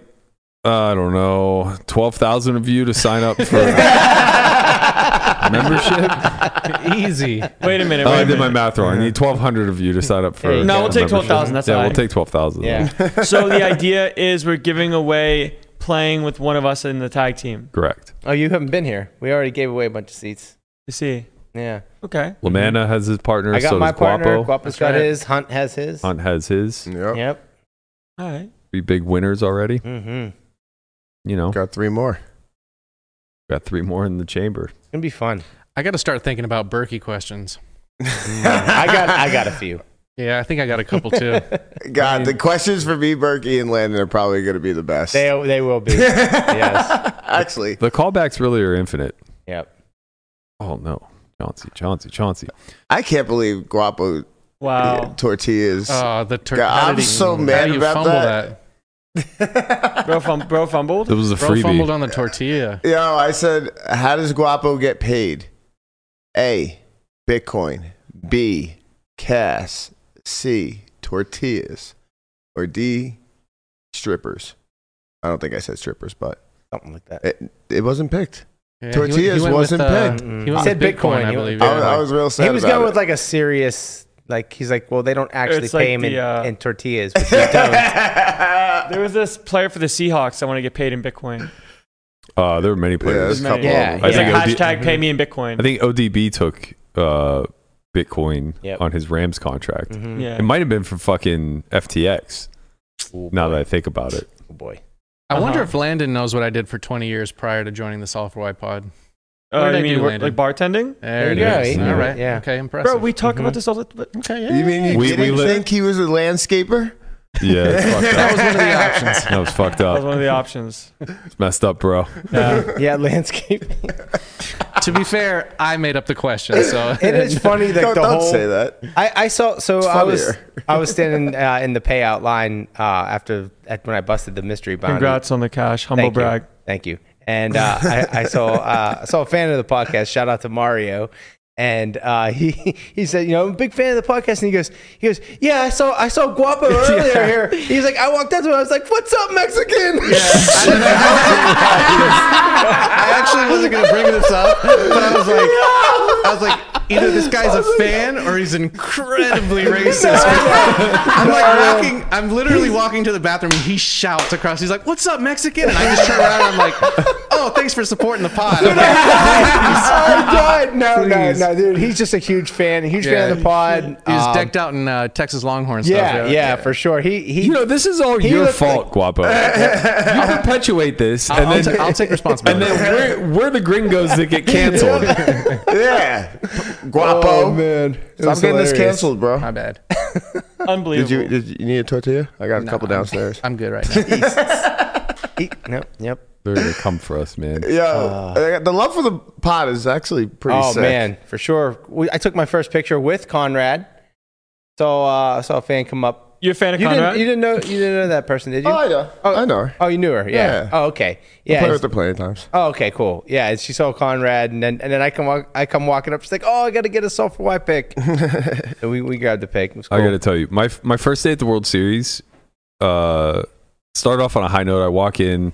Speaker 5: I don't know, twelve thousand of you to sign up for membership.
Speaker 6: Easy.
Speaker 4: Wait a minute.
Speaker 5: Oh,
Speaker 4: wait
Speaker 5: I
Speaker 4: a
Speaker 5: did my
Speaker 4: minute.
Speaker 5: math wrong. I need twelve hundred of you to sign up for.
Speaker 3: Hey,
Speaker 4: No, we'll take
Speaker 5: membership.
Speaker 4: 12,000, that's
Speaker 5: yeah,
Speaker 4: all
Speaker 5: we'll
Speaker 4: right.
Speaker 5: take twelve thousand.
Speaker 3: Yeah.
Speaker 4: so the idea is we're giving away playing with one of us in the tag team.
Speaker 5: correct.
Speaker 3: Oh, you haven't been here. We already gave away a bunch of seats.
Speaker 4: You see.
Speaker 3: Yeah.
Speaker 4: Okay.
Speaker 5: Lamana has his partner.
Speaker 3: I got
Speaker 5: so
Speaker 3: my
Speaker 5: does
Speaker 3: partner.
Speaker 5: Guapo.
Speaker 3: Guapo's
Speaker 6: That's
Speaker 3: got
Speaker 6: right.
Speaker 3: his. Hunt has his.
Speaker 5: Hunt has his.
Speaker 2: Yep.
Speaker 3: Yep.
Speaker 4: All right.
Speaker 5: Three big winners already.
Speaker 3: Mm-hmm. It's
Speaker 5: You know,
Speaker 2: Got three more.
Speaker 5: got three more in the chamber.
Speaker 3: gonna be fun.
Speaker 6: I got to start thinking about Berkey questions.
Speaker 3: I got. I got a few.
Speaker 6: Yeah, I think I got a couple too.
Speaker 2: God, the questions for me, Berkey, and Landon are probably going to be the best.
Speaker 3: They. They will be. yes.
Speaker 2: Actually,
Speaker 5: The callbacks really are infinite.
Speaker 3: Yep.
Speaker 5: Oh no, Chauncey, Chauncey, Chauncey.
Speaker 2: I can't believe Guapo uh,
Speaker 4: Wow.
Speaker 2: tortillas.
Speaker 6: Oh, the tur-
Speaker 2: God,
Speaker 6: how
Speaker 2: I'm
Speaker 6: did he-
Speaker 2: so
Speaker 6: how do
Speaker 2: mad
Speaker 6: you
Speaker 2: about
Speaker 6: fumble
Speaker 2: that.
Speaker 4: Bro, fum- bro fumbled.
Speaker 5: It was a
Speaker 6: Bro fumbled
Speaker 5: freebie.
Speaker 6: on the tortilla.
Speaker 2: Yo, I said, how does Guapo get paid? A. Bitcoin. B. Cash. C. Tortillas. Or D. Strippers. I don't think I said strippers, but
Speaker 3: Something like that.
Speaker 2: it, it wasn't picked.
Speaker 6: Yeah,
Speaker 2: Tortillas
Speaker 6: he went- he went
Speaker 2: wasn't
Speaker 6: with, uh,
Speaker 2: picked.
Speaker 6: He,
Speaker 3: Mm-mm.
Speaker 6: went
Speaker 3: Said
Speaker 6: with Bitcoin,
Speaker 3: Bitcoin.
Speaker 6: I
Speaker 3: He-
Speaker 6: believe.
Speaker 2: I, was-
Speaker 6: yeah.
Speaker 2: I was real sad.
Speaker 3: He was
Speaker 2: about
Speaker 3: going
Speaker 2: it.
Speaker 3: with like a serious. Like he's like, well, they don't actually
Speaker 4: It's
Speaker 3: pay
Speaker 4: like
Speaker 3: him in,
Speaker 4: the, uh,
Speaker 3: in tortillas. Which they don't.
Speaker 4: There was this player for the Seahawks. I want to get paid in Bitcoin.
Speaker 5: Uh, there were many
Speaker 2: yeah, there's
Speaker 5: players.
Speaker 2: a
Speaker 4: many.
Speaker 2: couple
Speaker 3: Yeah,
Speaker 2: of them.
Speaker 5: I
Speaker 4: It's like
Speaker 5: think OD
Speaker 4: hashtag pay me in Bitcoin.
Speaker 5: I think ODB took uh, Bitcoin
Speaker 3: Yep.
Speaker 5: on his Rams contract.
Speaker 6: Mm-hmm.
Speaker 3: Mhm.
Speaker 4: yeah.
Speaker 5: It might have been for fucking FTX.
Speaker 3: Oh,
Speaker 5: Now
Speaker 3: boy.
Speaker 5: that I think about it,
Speaker 3: Oh, boy.
Speaker 6: I wonder
Speaker 4: Uh-huh.
Speaker 6: if Landon knows what I did for 20 years prior to joining the Software Wide Pod.
Speaker 4: Oh,
Speaker 6: What did
Speaker 4: you
Speaker 6: I
Speaker 4: mean
Speaker 6: do,
Speaker 4: work- like bartending?
Speaker 3: There
Speaker 6: There,
Speaker 5: you
Speaker 6: it is.
Speaker 5: go, he-
Speaker 6: All right.
Speaker 3: yeah.
Speaker 6: Okay. Impressive.
Speaker 4: Bro, we talk
Speaker 3: Mhm.
Speaker 5: Mm-hmm.
Speaker 4: about this all the time.
Speaker 6: okay. Yeah.
Speaker 2: You mean you
Speaker 5: We- we
Speaker 2: didn't
Speaker 5: lit-
Speaker 2: think he was a landscaper?
Speaker 5: yeah, it's fucked up. That was fucked
Speaker 6: that was one of the options.
Speaker 4: That was
Speaker 5: up.
Speaker 4: one of the options.
Speaker 5: It's messed up, bro.
Speaker 3: Yeah, landscaping.
Speaker 6: to be fair, I made up the question, so
Speaker 3: It is funny that
Speaker 2: Don't,
Speaker 3: the
Speaker 2: don't
Speaker 3: whole.
Speaker 2: say that.
Speaker 3: I, I saw so I was
Speaker 2: funnier.
Speaker 3: I was standing uh, in the payout line uh, after at, when I busted the mystery bond.
Speaker 4: Congrats on the cash. Humble
Speaker 3: Thank you.
Speaker 4: brag.
Speaker 3: Thank you. And uh, I, I saw uh, I saw a fan of the podcast. Shout out to Mario. And uh, he he said, you know, I'm a big fan of the podcast. And he goes, he goes, yeah, I saw I saw Guapo earlier here. He's like, I walked up to him. I was like, what's up, Mexican?
Speaker 9: I actually wasn't gonna bring this up, but I was like, I was like, either this guy's a fan or he's incredibly racist. I'm like walking, I'm literally walking to the bathroom, and he shouts across. He's like, "What's up, Mexican?" And I just turn around, and I'm like, "Oh, thanks for supporting the pod." I'm like,
Speaker 3: I died. No,
Speaker 9: Please.
Speaker 3: no, no, dude. He's just a huge fan, a huge fan of the pod.
Speaker 6: He was
Speaker 3: Um,
Speaker 6: decked out in uh, Texas Longhorn
Speaker 3: yeah, yeah,
Speaker 6: stuff.
Speaker 3: for sure. He he.
Speaker 5: You know, this is all
Speaker 3: He
Speaker 5: your
Speaker 3: looked
Speaker 5: fault, Guapo. You perpetuate this, and
Speaker 6: I'll,
Speaker 5: then
Speaker 6: ta- I'll take
Speaker 5: and
Speaker 6: responsibility.
Speaker 5: then we're, we're the gringos that get canceled.
Speaker 2: yeah. Guapo.
Speaker 3: Oh, man. It
Speaker 2: Stop
Speaker 3: was
Speaker 2: getting this
Speaker 3: hilarious.
Speaker 2: canceled, bro.
Speaker 6: My bad.
Speaker 4: Unbelievable.
Speaker 2: Did you, did you need a tortilla? I got a couple
Speaker 6: I'm-
Speaker 2: downstairs.
Speaker 6: I'm good right now.
Speaker 3: he- no, yep.
Speaker 5: They're gonna come for us, man.
Speaker 2: Yeah, the love for the pot is actually pretty.
Speaker 3: Oh
Speaker 2: sick.
Speaker 3: man, for sure. We, I took my first picture with Conrad. So uh, I saw a fan come up
Speaker 4: You're a fan of
Speaker 3: You
Speaker 4: Conrad?
Speaker 3: didn't, you didn't know you didn't know that person, did you?
Speaker 2: Oh, I know. I know her.
Speaker 3: Oh, you knew her. Yeah.
Speaker 2: Yeah.
Speaker 3: Oh, okay.
Speaker 2: I
Speaker 3: Yeah.
Speaker 2: play
Speaker 3: it's-
Speaker 2: with her plenty of times.
Speaker 3: Oh, okay, cool. Yeah, and she saw Conrad, and then and then I come walk, I come walking up. She's like, "Oh, I got to get a sulfur white pick." so we, we grabbed the pick. It was cool.
Speaker 5: I got to tell you, my my first day at the World Series uh, started off on a high note. I walk in,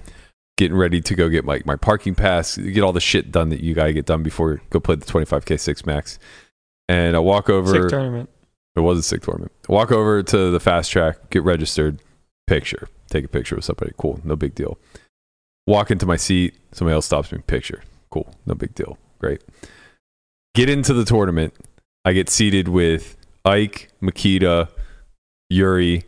Speaker 5: getting ready to go get my, my parking pass, get all the shit done that you got to get done before you go play the 25K6 Max. And I walk over.
Speaker 4: Sick tournament.
Speaker 5: It was a sick tournament. Walk over to the fast track, get registered, picture, take a picture with somebody. Cool, no big deal. Walk into my seat, somebody else stops me, picture. Cool, no big deal. Great. Get into the tournament. I get seated with Ike, Makita, Yuri,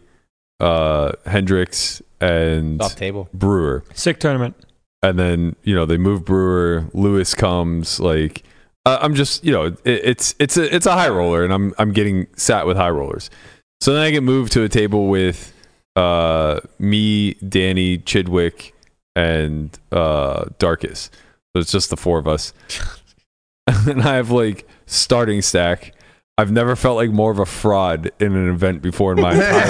Speaker 5: uh, Hendricks, and
Speaker 3: off table.
Speaker 5: Brewer
Speaker 4: Sick tournament.
Speaker 5: and then you know they move Brewer. Lewis comes. Like I I'm just you know it, it's it's a it's a high roller, and I'm I'm getting sat with high rollers. So then I get moved to a table with uh, me, Danny, Chidwick, and uh, Darkus. So it's just the four of us, and I have like starting stack. I've never felt like more of a fraud in an event before in my entire life.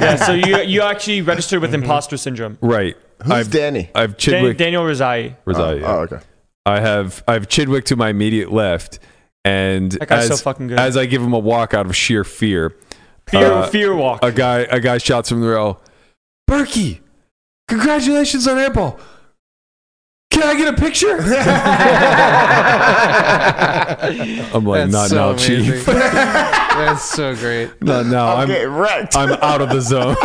Speaker 4: yeah, so you you actually registered with imposter syndrome.
Speaker 5: Right.
Speaker 2: Who's
Speaker 5: I've,
Speaker 2: Danny?
Speaker 5: I've
Speaker 4: Dan-
Speaker 5: Chidwick.
Speaker 4: Daniel Rizai.
Speaker 5: Rizai, yeah.
Speaker 2: Oh, okay.
Speaker 5: I have I have Chidwick to my immediate left, and
Speaker 4: That guy's
Speaker 5: as,
Speaker 4: so fucking good.
Speaker 5: as I give him a walk out of sheer fear,
Speaker 4: Fear,
Speaker 5: uh,
Speaker 4: fear walk.
Speaker 5: a guy a guy shouts from the rail, Berkey, congratulations on airball. Can I get a picture? I'm like, not
Speaker 6: so
Speaker 5: now,
Speaker 6: amazing.
Speaker 5: chief.
Speaker 6: That's so great.
Speaker 5: Not now. I'm
Speaker 2: Get wrecked.
Speaker 5: I'm out of the zone.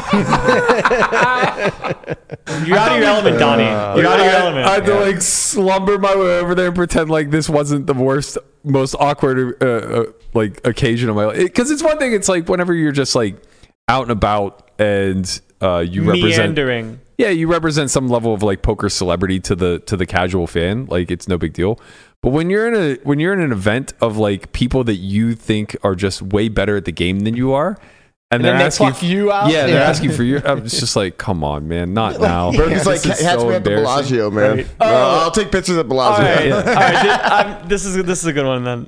Speaker 4: You're out of your element, Donnie. You're out of your
Speaker 5: Uh, I,
Speaker 4: element.
Speaker 5: I had to like slumber my way over there and pretend like this wasn't the worst, most awkward uh, uh, like occasion of my life. Because it's one thing. It's like whenever you're just like out and about and uh, you represent,
Speaker 4: Meandering.
Speaker 5: yeah, you represent some level of like poker celebrity to the to the casual fan. Like it's no big deal. But when you're in a when you're in an event of like people that you think are just way better at the game than you are. And,
Speaker 3: then
Speaker 5: they're
Speaker 3: they
Speaker 5: asking
Speaker 3: pluck you out?
Speaker 5: Yeah, they're
Speaker 3: Yeah.
Speaker 5: asking for you. I'm just like, come on, man, not now.
Speaker 2: Berkey's like,
Speaker 5: This is
Speaker 2: "Catch
Speaker 5: so
Speaker 2: me at the
Speaker 5: embarrassing."
Speaker 2: Bellagio, man. No, I'll take pictures at
Speaker 4: All
Speaker 2: Bellagio.
Speaker 4: right, all right. This, I'm, this is this is a good one then.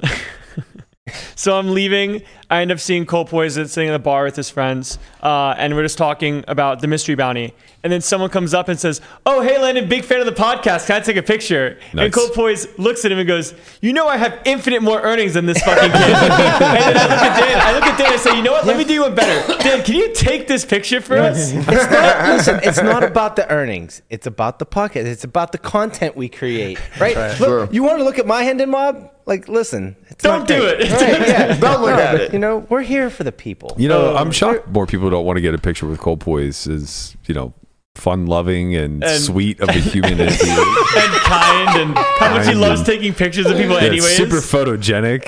Speaker 4: so I'm leaving. I end up seeing Cole Poison sitting in a bar with his friends, uh, and we're just talking about the mystery bounty. And then someone comes up and says, "Oh, hey, Landon, big fan of the podcast. Can I take a picture?"
Speaker 5: Nice.
Speaker 4: And Cole Poise looks at him and goes, "You know, I have infinite more earnings than this fucking kid." and then I look at Dan. I look at Dan and I say, "You know what? Let me do you one better. Dan, can you take this picture for us?"
Speaker 3: It's not, listen, it's not about the earnings. It's about the pocket. It's about the content we create, right?
Speaker 2: Sure.
Speaker 3: Look, you want to look at my hand in mob? Like, listen. it's
Speaker 4: Don't
Speaker 3: not
Speaker 4: do
Speaker 3: great.
Speaker 4: it.
Speaker 3: Right, yeah.
Speaker 2: Don't look
Speaker 3: No,
Speaker 2: at
Speaker 3: but,
Speaker 2: it.
Speaker 3: You know, we're here for the people.
Speaker 5: You know,
Speaker 4: Um,
Speaker 5: I'm shocked more people don't want to get a picture with Cole Poise as, you know, fun loving and,
Speaker 4: And-
Speaker 5: sweet of a human entity. Yeah,
Speaker 4: and kind, and how much he
Speaker 5: Kind
Speaker 4: loves
Speaker 5: and-
Speaker 4: taking pictures of people.
Speaker 5: it's
Speaker 4: anyways,
Speaker 5: super photogenic.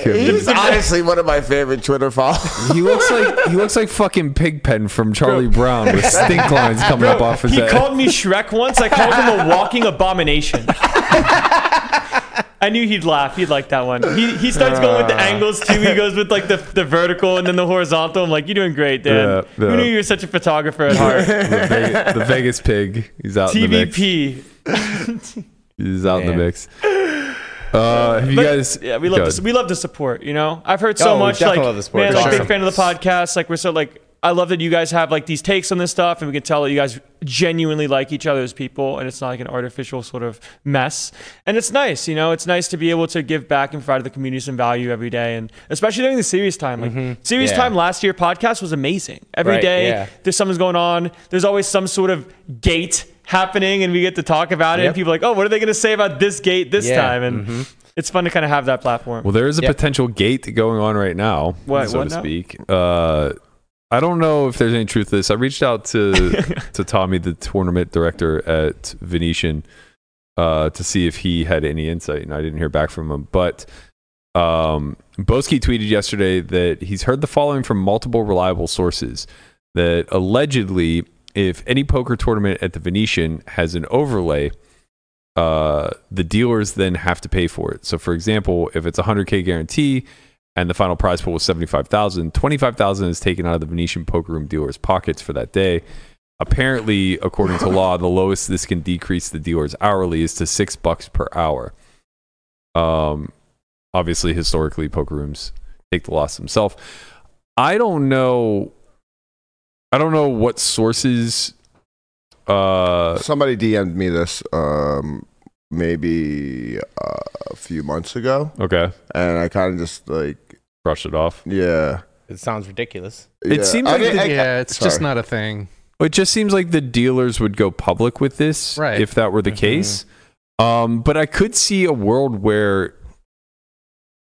Speaker 2: He's honestly one of my favorite Twitter followers.
Speaker 5: he looks like he looks like fucking Pigpen from Charlie Brown with stink lines coming up off his
Speaker 4: he
Speaker 5: head.
Speaker 4: called me Shrek once. I called him a walking abomination. I knew he'd laugh. He'd like that one. He, he starts going with the
Speaker 5: Ah.
Speaker 4: angles too. He goes with like the, the vertical and then the horizontal. I'm like, you're doing great, Dan.
Speaker 5: Yeah, yeah.
Speaker 4: Who knew you were such a photographer at heart?
Speaker 5: the, Vegas, the Vegas pig. He's out in the mix.
Speaker 4: TVP.
Speaker 5: He's out in
Speaker 3: Man.
Speaker 5: the mix. Uh, have you
Speaker 4: But,
Speaker 5: guys?
Speaker 4: yeah, we
Speaker 5: go
Speaker 4: love to,
Speaker 5: ahead.
Speaker 4: we love to support. You know, I've heard so
Speaker 3: Oh, we
Speaker 4: much like
Speaker 3: definitely love the support.
Speaker 4: man,
Speaker 3: It's
Speaker 4: like big
Speaker 3: awesome.
Speaker 4: fan of the podcast. Like we're so like I love that you guys have like these takes on this stuff, and we can tell that you guys genuinely like each other as people, and it's not like an artificial sort of mess. And it's nice, you know, it's nice to be able to give back and provide to the community some value every day, and especially during the series time. Like series
Speaker 3: Mm-hmm. Yeah.
Speaker 4: time last year, podcast was amazing. Every
Speaker 3: Right,
Speaker 4: day
Speaker 3: yeah.
Speaker 4: there's something's going on. There's always some sort of gate happening, and we get to talk about it. And
Speaker 3: Yep.
Speaker 4: people are like, oh, what are they going to say about this gate this
Speaker 3: Yeah, Mm-hmm.
Speaker 4: time? And it's fun to kind of have that platform.
Speaker 5: Well, there is a
Speaker 3: Yep.
Speaker 5: potential gate going on right now,
Speaker 4: What-
Speaker 5: so
Speaker 4: what
Speaker 5: to
Speaker 4: now?
Speaker 5: speak. Uh, I don't know if there's any truth to this. I reached out to to Tommy, the tournament director at Venetian, uh, to see if he had any insight, and I didn't hear back from him. But um, Boski tweeted yesterday that he's heard the following from multiple reliable sources that allegedly, if any poker tournament at the Venetian has an overlay, uh, the dealers then have to pay for it. So, for example, if it's a 100K guarantee and the final prize pool was 75,000, 25,000 is taken out of the Venetian poker room dealers' pockets for that day. Apparently, according to law, the lowest this can decrease the dealer's hourly is to six bucks per hour. Um, obviously, historically, poker rooms take the loss themselves. I don't know I don't know what sources. Uh,
Speaker 2: Somebody DM'd me this um, maybe uh, a few months ago,
Speaker 5: okay,
Speaker 2: and I kind of just like,
Speaker 5: brush it off.
Speaker 2: yeah.
Speaker 3: It sounds ridiculous.
Speaker 5: It
Speaker 2: yeah.
Speaker 5: seems
Speaker 2: I
Speaker 5: like
Speaker 2: mean,
Speaker 5: the-
Speaker 2: I-
Speaker 6: yeah, it's just
Speaker 2: sorry.
Speaker 6: not a thing.
Speaker 5: It just seems like the dealers would go public with this
Speaker 6: Right.
Speaker 5: if that were the case. Um, but I could see a world where,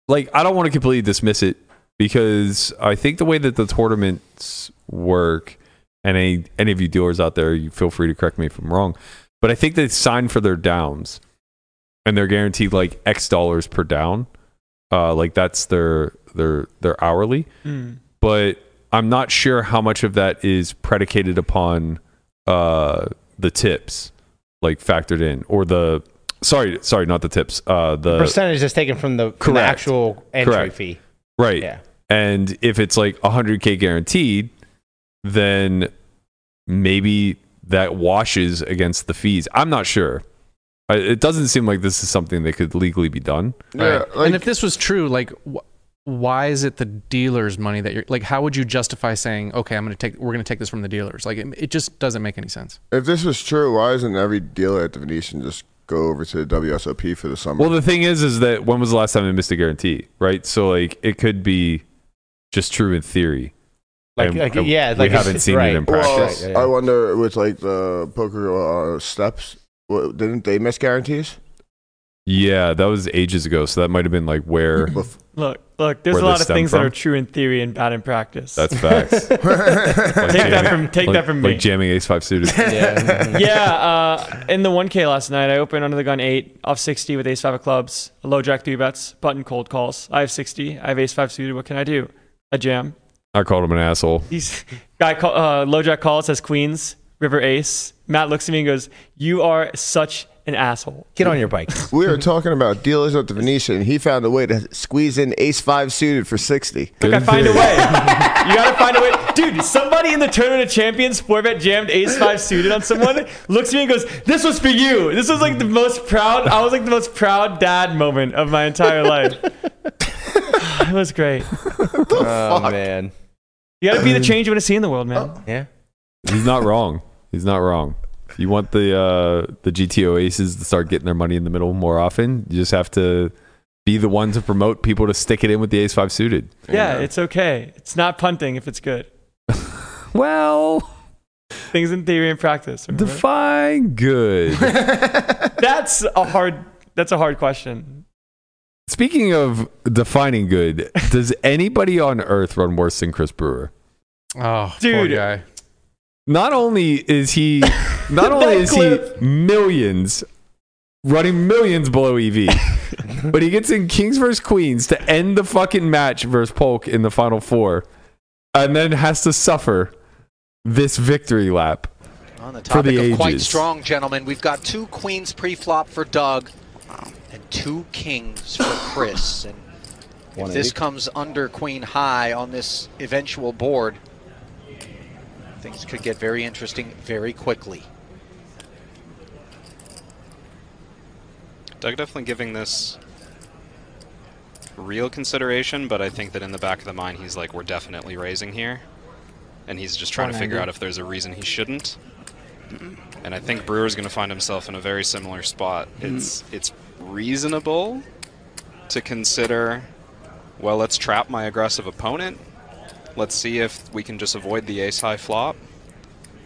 Speaker 5: like, I don't want to completely dismiss it because I think the way that the tournaments work, and any, any of you dealers out there, you feel free to correct me if I'm wrong, but I think they sign for their downs and they're guaranteed like X dollars per down. Uh, like that's their their their hourly
Speaker 4: Mm.
Speaker 5: but I'm not sure how much of that is predicated upon uh, the tips, like factored in, or the sorry, sorry, not the tips, uh, the
Speaker 3: Percentage is taken from the, from the
Speaker 5: Correct.
Speaker 3: actual entry
Speaker 5: Correct.
Speaker 3: fee.
Speaker 5: right.
Speaker 3: Yeah.
Speaker 5: And if it's like 100k guaranteed, then maybe that washes against the fees. I'm not sure. I, it doesn't seem like this is something that could legally be done.
Speaker 2: Yeah,
Speaker 6: Right.
Speaker 2: like-
Speaker 6: and if this was true, like, wh- why is it the dealer's money that you're like? How would you justify saying, okay, I'm gonna take, we're gonna take this from the dealers? Like, it, it just doesn't make any sense.
Speaker 2: If this was true, why doesn't every dealer at the Venetian just go over to the WSOP for the summer?
Speaker 5: Well, the thing is, is that when was the last time I missed a guarantee, right? So like, it could be just true in theory.
Speaker 3: Like,
Speaker 5: And-
Speaker 3: like
Speaker 5: and
Speaker 3: yeah,
Speaker 5: we
Speaker 3: like
Speaker 5: haven't seen it
Speaker 3: right.
Speaker 5: in
Speaker 2: Well,
Speaker 5: practice.
Speaker 3: Right, yeah, yeah.
Speaker 2: I wonder with like the poker uh, steps, what, didn't they miss guarantees?
Speaker 5: Yeah, that was ages ago. So that might have been like where
Speaker 2: Bef-
Speaker 4: Look, look. There's
Speaker 5: Where
Speaker 4: a
Speaker 5: this
Speaker 4: lot of
Speaker 5: stem
Speaker 4: things that
Speaker 5: from?
Speaker 4: are true in theory and bad in practice.
Speaker 5: that's facts. Like
Speaker 4: take that
Speaker 5: jamming-
Speaker 4: from take
Speaker 5: like,
Speaker 4: that from
Speaker 5: like
Speaker 4: me.
Speaker 5: jamming ace five suited.
Speaker 3: Yeah.
Speaker 4: yeah, uh, in the 1K last night, I opened under the gun eight off 60 with ace five of clubs, a low jack three bets, button cold calls. I have 60. I have ace five suited. What can I do? A jam.
Speaker 5: I called him an asshole.
Speaker 4: He's guy call, uh, low jack calls says queens, river ace. Matt looks at me and goes, "You are such an asshole."
Speaker 3: Get on your bike.
Speaker 2: we were talking about dealers at the Venetian. He found a way to squeeze in ace five suited for sixty.
Speaker 4: Look, I
Speaker 5: Good
Speaker 4: find a
Speaker 5: theory.
Speaker 4: way. you gotta find a way, dude. Somebody in the tournament of champions four bet jammed ace five suited on someone. Looks at me and goes, "This was for you." This was like the most proud. I was like the most proud dad moment of my entire life. it was great.
Speaker 3: oh man.
Speaker 4: You gotta be the change you want to see in the world, man.
Speaker 3: Yeah.
Speaker 5: He's not wrong. He's not wrong. If you want the uh, the GTO aces to start getting their money in the middle more often, you just have to be the one to promote people to stick it in with the ace five suited.
Speaker 4: yeah, it's okay. It's not punting if it's good.
Speaker 5: Well,
Speaker 4: Things in theory and practice. remember?
Speaker 5: define good.
Speaker 4: that's a hard. That's a hard question.
Speaker 5: Speaking of defining good, does anybody on earth run worse than Chris Brewer?
Speaker 6: Oh, poor
Speaker 4: Dude.
Speaker 6: guy.
Speaker 5: not only is he not only is
Speaker 4: clip.
Speaker 5: he millions running millions below EV, but he gets in Kings versus Queens to end the fucking match versus Polk in the final four, and then has to suffer this victory lap.
Speaker 10: On the
Speaker 5: For
Speaker 10: topic
Speaker 5: the
Speaker 10: of quite
Speaker 5: ages.
Speaker 10: strong, gentlemen, we've got two queens pre-flop for Doug and two kings for Chris. And if this comes under queen high on this eventual board, things could get very interesting very quickly.
Speaker 11: Doug definitely giving this real consideration, but I think that in the back of the mind, he's like, we're definitely raising here. And he's just trying to figure out if there's a reason he shouldn't. And I think Brewer's going to find himself in a very similar spot. It's it's reasonable to consider, well, let's trap my aggressive opponent. Let's see if we can just avoid the ace high flop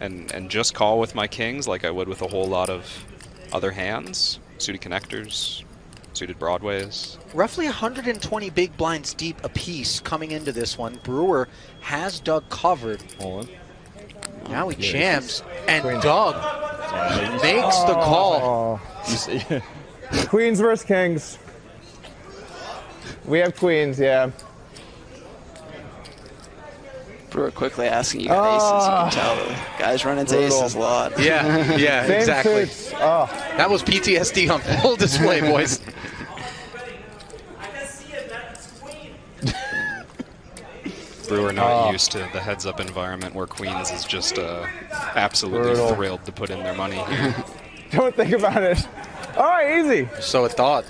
Speaker 11: and and just call with my kings like I would with a whole lot of other hands, suited connectors, suited broadways.
Speaker 10: Roughly 120 big blinds deep apiece coming into this one. Brewer has Doug covered. Now he jams, and Doug makes the call.
Speaker 12: Queens versus kings. We have queens, yeah.
Speaker 1: Brewer quickly asking you got aces. You can tell guys run into aces a lot.
Speaker 10: Yeah, yeah,
Speaker 12: Ah. Same
Speaker 10: exactly.
Speaker 12: suits. Oh,
Speaker 10: That was PTSD on full display, boys.
Speaker 11: Brewer not used to the heads up environment where Queens is just uh, absolutely
Speaker 12: Brutal.
Speaker 11: thrilled to put in their money here.
Speaker 12: don't think about it. All right, easy.
Speaker 10: So it thought.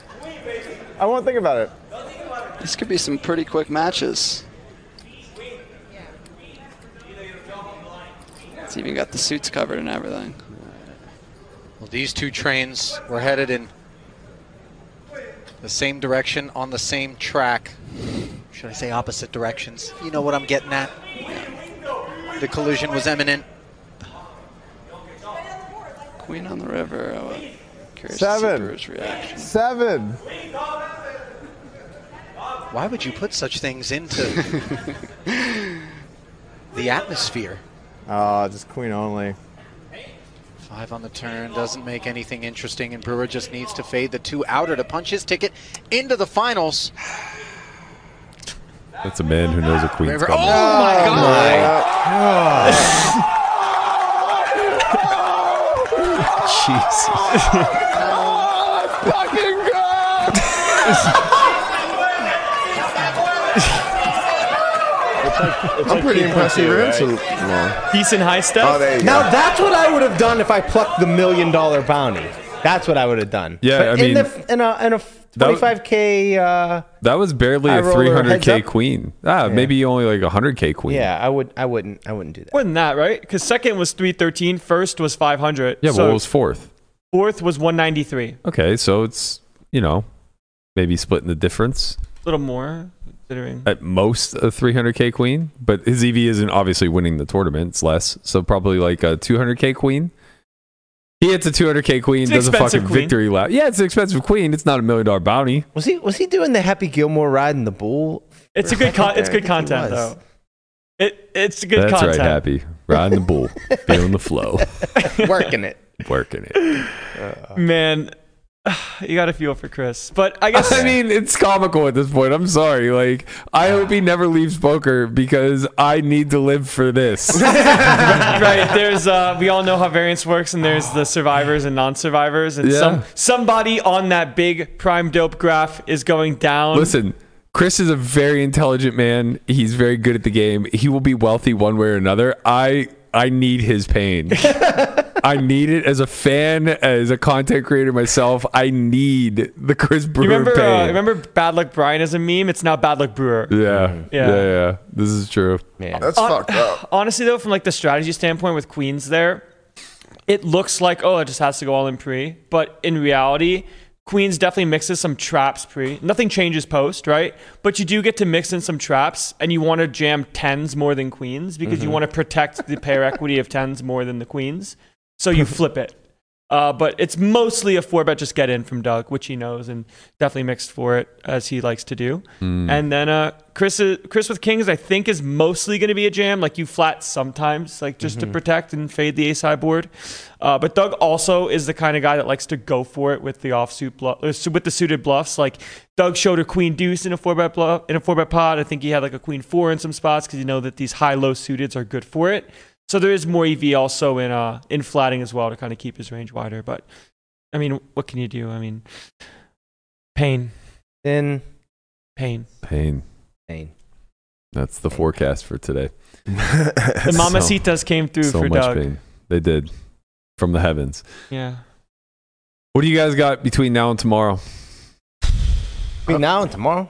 Speaker 12: I won't think about it.
Speaker 1: This could be some pretty quick matches.
Speaker 13: It's even got the suits covered and everything.
Speaker 10: Well, these two trains were headed in the same direction on the same track. Should I say opposite directions? You know what I'm getting at. The collision was imminent.
Speaker 13: Queen on the river. I was curious to see
Speaker 12: Seven.
Speaker 13: Brewer's reaction.
Speaker 12: Seven.
Speaker 10: Why would you put such things into the atmosphere?
Speaker 5: Ah,
Speaker 12: Oh, just queen only.
Speaker 10: Five on the turn doesn't make anything interesting, and Brewer just needs to fade the two outer to punch his ticket into the finals.
Speaker 5: That's a man who knows a queen's
Speaker 10: River-
Speaker 5: coming.
Speaker 10: Oh my God! Oh,
Speaker 5: Jesus.
Speaker 12: Fucking God!
Speaker 2: I'm pretty impressed you ran so long.
Speaker 4: Decent high step.
Speaker 2: Oh, there you
Speaker 3: Now
Speaker 2: go.
Speaker 3: that's what I would have done if I plucked the million dollar bounty. That's what I would have done.
Speaker 5: Yeah,
Speaker 3: But
Speaker 5: I
Speaker 3: in
Speaker 5: mean-
Speaker 3: the, in a in a
Speaker 5: That
Speaker 3: twenty
Speaker 5: was-
Speaker 3: five k. Uh,
Speaker 5: That was barely
Speaker 3: I
Speaker 5: a
Speaker 3: roll her heads
Speaker 5: 300k
Speaker 3: up.
Speaker 5: queen. Ah, maybe only like a 100k queen.
Speaker 3: yeah, I would. I wouldn't. I wouldn't do that.
Speaker 4: More than that, right? Because second was 313, first was 500.
Speaker 5: Yeah, but
Speaker 4: so
Speaker 5: what was fourth?
Speaker 4: fourth was 193. A
Speaker 5: Okay, so it's you know maybe splitting the difference
Speaker 4: little more, considering.
Speaker 5: at most a 300k queen, but his EV isn't obviously winning the tournament. It's less, so probably like a 200k queen. He hits a 200k queen,
Speaker 4: It's an
Speaker 5: does a
Speaker 4: expensive
Speaker 5: fucking
Speaker 4: queen.
Speaker 5: victory lap. Yeah, it's an expensive queen. It's not a million dollar bounty.
Speaker 3: Was he was he doing the Happy Gilmore ride in the bull?
Speaker 4: It's a good con- it's
Speaker 3: I think
Speaker 4: good
Speaker 3: he
Speaker 4: content
Speaker 3: was.
Speaker 4: though. It it's good
Speaker 5: That's
Speaker 4: content.
Speaker 5: right, happy riding the bull, feeling the flow,
Speaker 3: Working it.
Speaker 5: working it.
Speaker 4: Man, you got to feel for Chris. But I guess
Speaker 5: I mean, it's comical at this point. I'm sorry. Like, I hope he never leaves poker because I need to live for this.
Speaker 4: right there's uh we all know how variance works and there's the survivors and non-survivors and
Speaker 5: Yeah.
Speaker 4: some somebody on that big prime dope graph is going down.
Speaker 5: Listen, Chris is a very intelligent man. He's very good at the game. He will be wealthy one way or another. I I need his pain. I need it as a fan, as a content creator myself. I need the Chris Brewer
Speaker 4: You remember
Speaker 5: pain.
Speaker 4: uh, remember Bad Luck Brian as a meme? It's now Bad Luck Brewer.
Speaker 5: Yeah,
Speaker 4: Mm-hmm. Yeah.
Speaker 5: yeah, yeah, This is true.
Speaker 3: Man.
Speaker 2: That's fucked up.
Speaker 4: honestly though from like the strategy standpoint with queens there it looks like oh it just has to go all in pre but in reality queens definitely mixes some traps pre nothing changes post right but you do get to mix in some traps and you want to jam tens more than queens because you want to protect the pair equity of tens more than the queens so you flip it uh, but it's mostly a four bet just get in from Doug, which he knows and definitely mixed for it as he likes to do. And then uh, Chris, is, Chris with Kings, I think is mostly going to be a jam, like you flat sometimes, like just to protect and fade the ace high board. Uh, but Doug also is the kind of guy that likes to go for it with the offsuit bluff, or su- with the suited bluffs. Like Doug showed a queen deuce in a four bet bluff, in a four bet pot. I think he had like a queen four in some spots because you know that these high low suiteds are good for it. So there is more EV also in uh in flatting as well to kind of keep his range wider. But I mean, what can you do? I mean, pain,
Speaker 3: Then
Speaker 4: pain.
Speaker 5: Pain.
Speaker 3: Pain.
Speaker 5: That's the forecast for today.
Speaker 4: The
Speaker 5: So-
Speaker 4: mamacitas came through
Speaker 5: so
Speaker 4: for
Speaker 5: much
Speaker 4: Doug.
Speaker 5: pain. They did from the heavens.
Speaker 4: Yeah.
Speaker 5: What do you guys got between now and tomorrow?
Speaker 3: between now and tomorrow,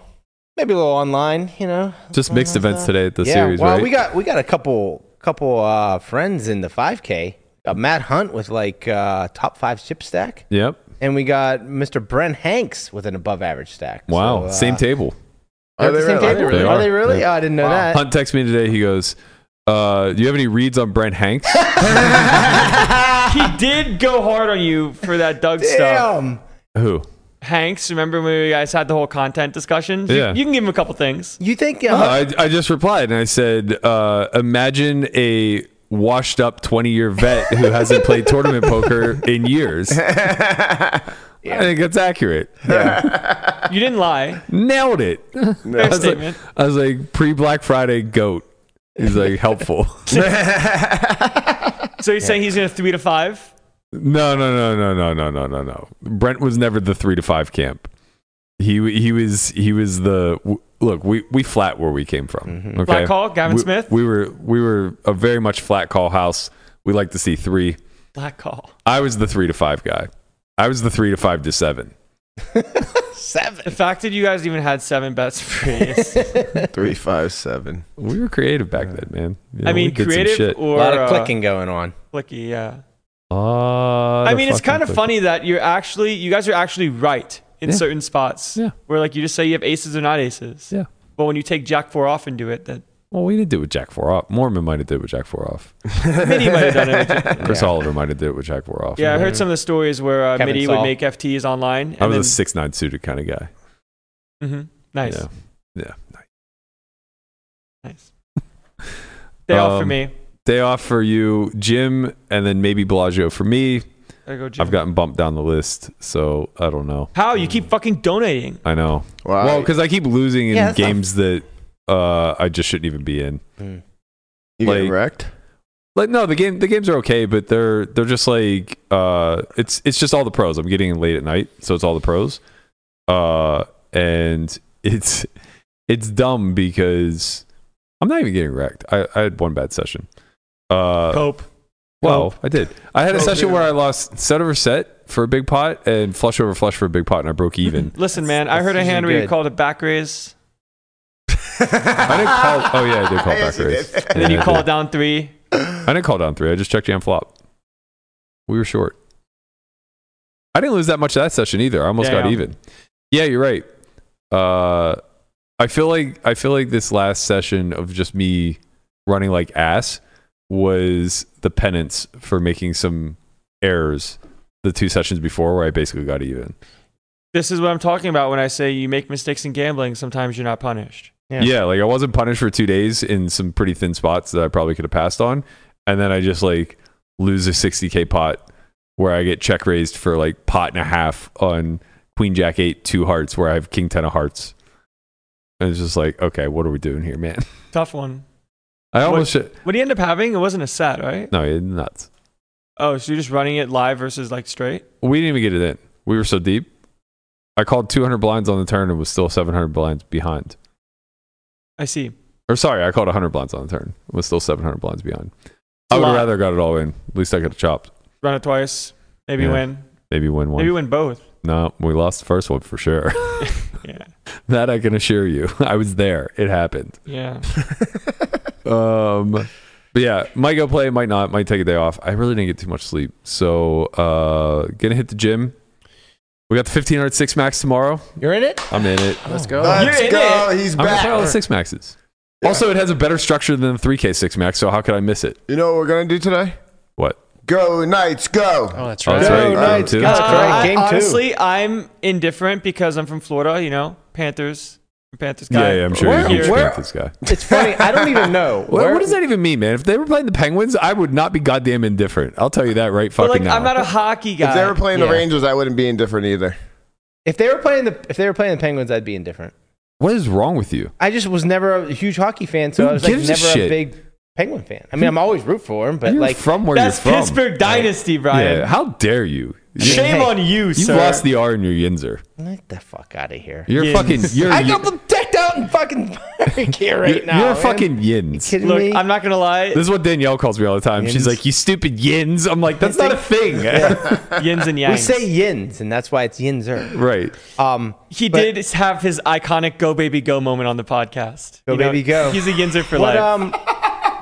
Speaker 3: maybe a little online. You know,
Speaker 5: Just mixed events today at the
Speaker 3: uh, yeah,
Speaker 5: series,
Speaker 3: well,
Speaker 5: right?
Speaker 3: we got we got a couple couple uh, friends in the five k. Got Matt Hunt with like uh, top five chip stack,
Speaker 5: yep.
Speaker 3: and we got Mr. Brent Hanks with an above average stack.
Speaker 5: Wow.
Speaker 3: So, uh,
Speaker 5: Same table.
Speaker 2: Are
Speaker 3: They're at the
Speaker 2: they
Speaker 3: same
Speaker 2: really?
Speaker 3: table?
Speaker 5: They
Speaker 3: are.
Speaker 5: are.
Speaker 3: they really?
Speaker 5: Yeah.
Speaker 3: Oh, I didn't know that.
Speaker 5: Hunt texted me today. He goes, uh, "Do you have any reads on Brent Hanks?"
Speaker 4: he did go hard on you for that Doug stuff.
Speaker 3: Damn.
Speaker 5: Who?
Speaker 4: Hanks, remember when we guys had the whole content discussion? You-
Speaker 5: Yeah.
Speaker 4: You, can give him a couple things.
Speaker 3: You think uh,
Speaker 5: I, I just replied and I said, uh, "Imagine a washed-up 20-year vet who hasn't played tournament poker in years." I think that's accurate.
Speaker 4: You didn't lie.
Speaker 5: Nailed it. I,
Speaker 4: Fair
Speaker 5: was like,
Speaker 4: statement.
Speaker 5: I was like, pre-Black Friday goat. He's like helpful.
Speaker 4: So you're saying he's going to three to five?
Speaker 5: No, no, no, no, no, no, no, no, no. Brent was never the three to five camp. He he was he was the w- look. We we flat where we came from. Okay?
Speaker 4: Mm-hmm. Flat call, Gavin
Speaker 5: We-
Speaker 4: Smith?
Speaker 5: We were we were a very much flat call house. We like to see three.
Speaker 4: Black call.
Speaker 5: I was the three to five guy. I was the three to five to seven.
Speaker 3: seven.
Speaker 4: The fact that you guys even had seven bets free. Is,
Speaker 2: Three, five, seven.
Speaker 5: We were creative back then, man. You know,
Speaker 4: I
Speaker 5: we
Speaker 4: mean,
Speaker 5: did some
Speaker 4: creative
Speaker 5: shit.
Speaker 4: or
Speaker 3: a lot of
Speaker 4: uh,
Speaker 3: clicking going on.
Speaker 4: Clicky, yeah.
Speaker 5: Ah,
Speaker 4: I
Speaker 5: the
Speaker 4: mean, it's
Speaker 5: fucking
Speaker 4: kind of
Speaker 5: click.
Speaker 4: funny that you're actually, you guys are actually right in
Speaker 5: Yeah.
Speaker 4: certain spots.
Speaker 5: Yeah.
Speaker 4: Where like you just say you have aces or not aces.
Speaker 5: Yeah.
Speaker 4: But when you take Jack four off and do it, then
Speaker 5: Well, we didn't do it with Jack Four off. Mormon might have did it with Jack Four off.
Speaker 4: Mitty might have done it. with-
Speaker 5: Chris Oliver might have did it with Jack Four off.
Speaker 4: Yeah, I heard some of the stories where uh,
Speaker 3: Kevin
Speaker 4: Mitty
Speaker 3: Saul.
Speaker 4: would make FTs online. And
Speaker 5: I was
Speaker 4: then,
Speaker 5: a six nine suited kind of guy.
Speaker 4: Mhm. Nice,
Speaker 5: Yeah. Yeah. Nice.
Speaker 4: nice. Day off for
Speaker 5: Um,
Speaker 4: me.
Speaker 5: Day off for you, Jim, and then maybe Bellagio for me.
Speaker 4: There go, Jim.
Speaker 5: I've gotten bumped down the list, so I don't know.
Speaker 4: How you keep fucking donating?
Speaker 5: I know.
Speaker 2: Wow.
Speaker 5: Well, because I keep losing in
Speaker 3: Yeah, that's not-
Speaker 5: games that uh, I just shouldn't even be in.
Speaker 2: you
Speaker 5: like-
Speaker 2: get wrecked?
Speaker 5: Like no, the game the games are okay, but they're they're just like uh, it's it's just all the pros. I'm getting in late at night, so it's all the pros, uh, and it's it's dumb because I'm not even getting wrecked. I, I had one bad session. Uh,
Speaker 4: Cope.
Speaker 5: Well, I did. I had a
Speaker 2: Oh,
Speaker 5: session
Speaker 2: yeah.
Speaker 5: where I lost set over set for a big pot and flush over flush for a big pot, and I broke even.
Speaker 4: Listen, man, I
Speaker 3: that's
Speaker 4: heard a
Speaker 3: usually
Speaker 4: hand where you
Speaker 3: good.
Speaker 4: called a back raise,
Speaker 5: I didn't call. Oh yeah, I did call
Speaker 2: Yes,
Speaker 5: back
Speaker 2: you
Speaker 5: raise.
Speaker 2: did.
Speaker 4: and then
Speaker 5: Yeah,
Speaker 4: you
Speaker 5: I
Speaker 4: called
Speaker 5: did.
Speaker 4: down three.
Speaker 5: I didn't call down three. I just checked jam flop. We were short. I didn't lose that much that session either. I almost got
Speaker 4: Damn.
Speaker 5: even. Yeah, you're right. Uh, I feel like I feel like this last session of just me running like ass was the penance for making some errors the two sessions before where I basically got even.
Speaker 4: This is what I'm talking about when I say you make mistakes in gambling. Sometimes you're not punished.
Speaker 5: Yeah. like I wasn't punished for two days in some pretty thin spots that I probably could have passed on, and then I just like lose a 60k pot where I get check raised for like pot and a half on Queen Jack eight two hearts where I have King ten of hearts. And it's just like, okay, what are we doing here, man?
Speaker 4: Tough one.
Speaker 5: I
Speaker 4: What-
Speaker 5: almost should,
Speaker 4: What do you end up having? It wasn't a set, right?
Speaker 5: no, it's nuts.
Speaker 4: Oh, so you're just running it live versus like straight?
Speaker 5: We didn't even get it in. We were so deep. I called 200 blinds on the turn and was still 700 blinds behind.
Speaker 4: I see.
Speaker 5: Or sorry, I called 100 blinds on the turn. Was still 700 blinds behind. I
Speaker 4: a
Speaker 5: would
Speaker 4: lot.
Speaker 5: have rather got it all in. At least I could have chopped.
Speaker 4: Run it twice, maybe
Speaker 5: Yeah.
Speaker 4: win,
Speaker 5: Maybe win one.
Speaker 4: maybe win both.
Speaker 5: No, we lost the first one for sure.
Speaker 4: Yeah,
Speaker 5: that I can assure you. I was there. It happened.
Speaker 4: yeah.
Speaker 5: Um, but yeah, might go play, might not, might take a day off. I really didn't get too much sleep. So, uh, gonna hit the gym. We got the 1500 six max tomorrow.
Speaker 3: You're in it?
Speaker 5: I'm in it.
Speaker 6: Let's go.
Speaker 2: Let's
Speaker 4: in
Speaker 2: go. He's
Speaker 5: I'm gonna try all the
Speaker 2: back.
Speaker 5: six maxes. Also, it has a better structure than the 3K six max. So how could I miss it?
Speaker 2: You know what we're going to do today?
Speaker 5: What?
Speaker 2: Go, Knights, go.
Speaker 6: Oh, that's
Speaker 5: Oh,
Speaker 6: right.
Speaker 5: that's right.
Speaker 2: Go
Speaker 5: Round
Speaker 2: Knights,
Speaker 5: two.
Speaker 3: That's
Speaker 4: Uh,
Speaker 3: right,
Speaker 4: I-
Speaker 3: game two.
Speaker 4: honestly, I'm indifferent because I'm from Florida. You know, Panthers, Panthers guy.
Speaker 5: Yeah, yeah, I'm sure
Speaker 3: Where-
Speaker 5: you're a huge
Speaker 3: where-
Speaker 5: Panthers guy.
Speaker 3: It's funny. I don't even know.
Speaker 5: What-
Speaker 3: Where-
Speaker 5: what does that even mean, man? If they were playing the Penguins, I would not be goddamn indifferent. I'll tell you that right
Speaker 4: But
Speaker 5: fucking
Speaker 4: like,
Speaker 5: now.
Speaker 4: I'm not a hockey guy.
Speaker 2: If they were playing
Speaker 3: Yeah.
Speaker 2: the Rangers, I wouldn't be indifferent either.
Speaker 3: If they were playing the if they were playing the Penguins, I'd be indifferent.
Speaker 5: what is wrong with you?
Speaker 3: I just was never a huge hockey fan, so
Speaker 5: Who
Speaker 3: I was like
Speaker 5: gives a
Speaker 3: never a,
Speaker 5: shit?
Speaker 3: big Penguin fan. I mean, I'm always root for him, but
Speaker 5: you're
Speaker 3: like
Speaker 5: from where
Speaker 4: That's
Speaker 5: you're from.
Speaker 4: Pittsburgh dynasty, Brian.
Speaker 5: Yeah, how dare you? You,
Speaker 4: Shame
Speaker 3: Hey,
Speaker 4: on you,
Speaker 5: you
Speaker 4: sir.
Speaker 5: lost the R in your yinzer.
Speaker 3: get the fuck out of here.
Speaker 5: You're
Speaker 4: Yins.
Speaker 5: fucking. You're.
Speaker 3: I
Speaker 5: yin-
Speaker 3: got them decked out in fucking park here right
Speaker 5: you're,
Speaker 3: now.
Speaker 5: you're
Speaker 3: man.
Speaker 5: fucking
Speaker 3: You
Speaker 5: yins.
Speaker 3: kidding
Speaker 4: Look,
Speaker 3: me?
Speaker 4: I'm not gonna lie.
Speaker 5: This is what Danielle calls me all the time.
Speaker 3: Yins.
Speaker 5: She's like, "You stupid yins." I'm like, "That's not a thing."
Speaker 4: Yins and yangs.
Speaker 3: we say yins, and that's why it's yinzer.
Speaker 5: right.
Speaker 3: Um,
Speaker 4: he
Speaker 3: but-
Speaker 4: did have his iconic "Go Baby Go" moment on the podcast.
Speaker 3: Go Baby Go.
Speaker 4: He's a Yinzer for
Speaker 3: but
Speaker 4: life.
Speaker 3: um,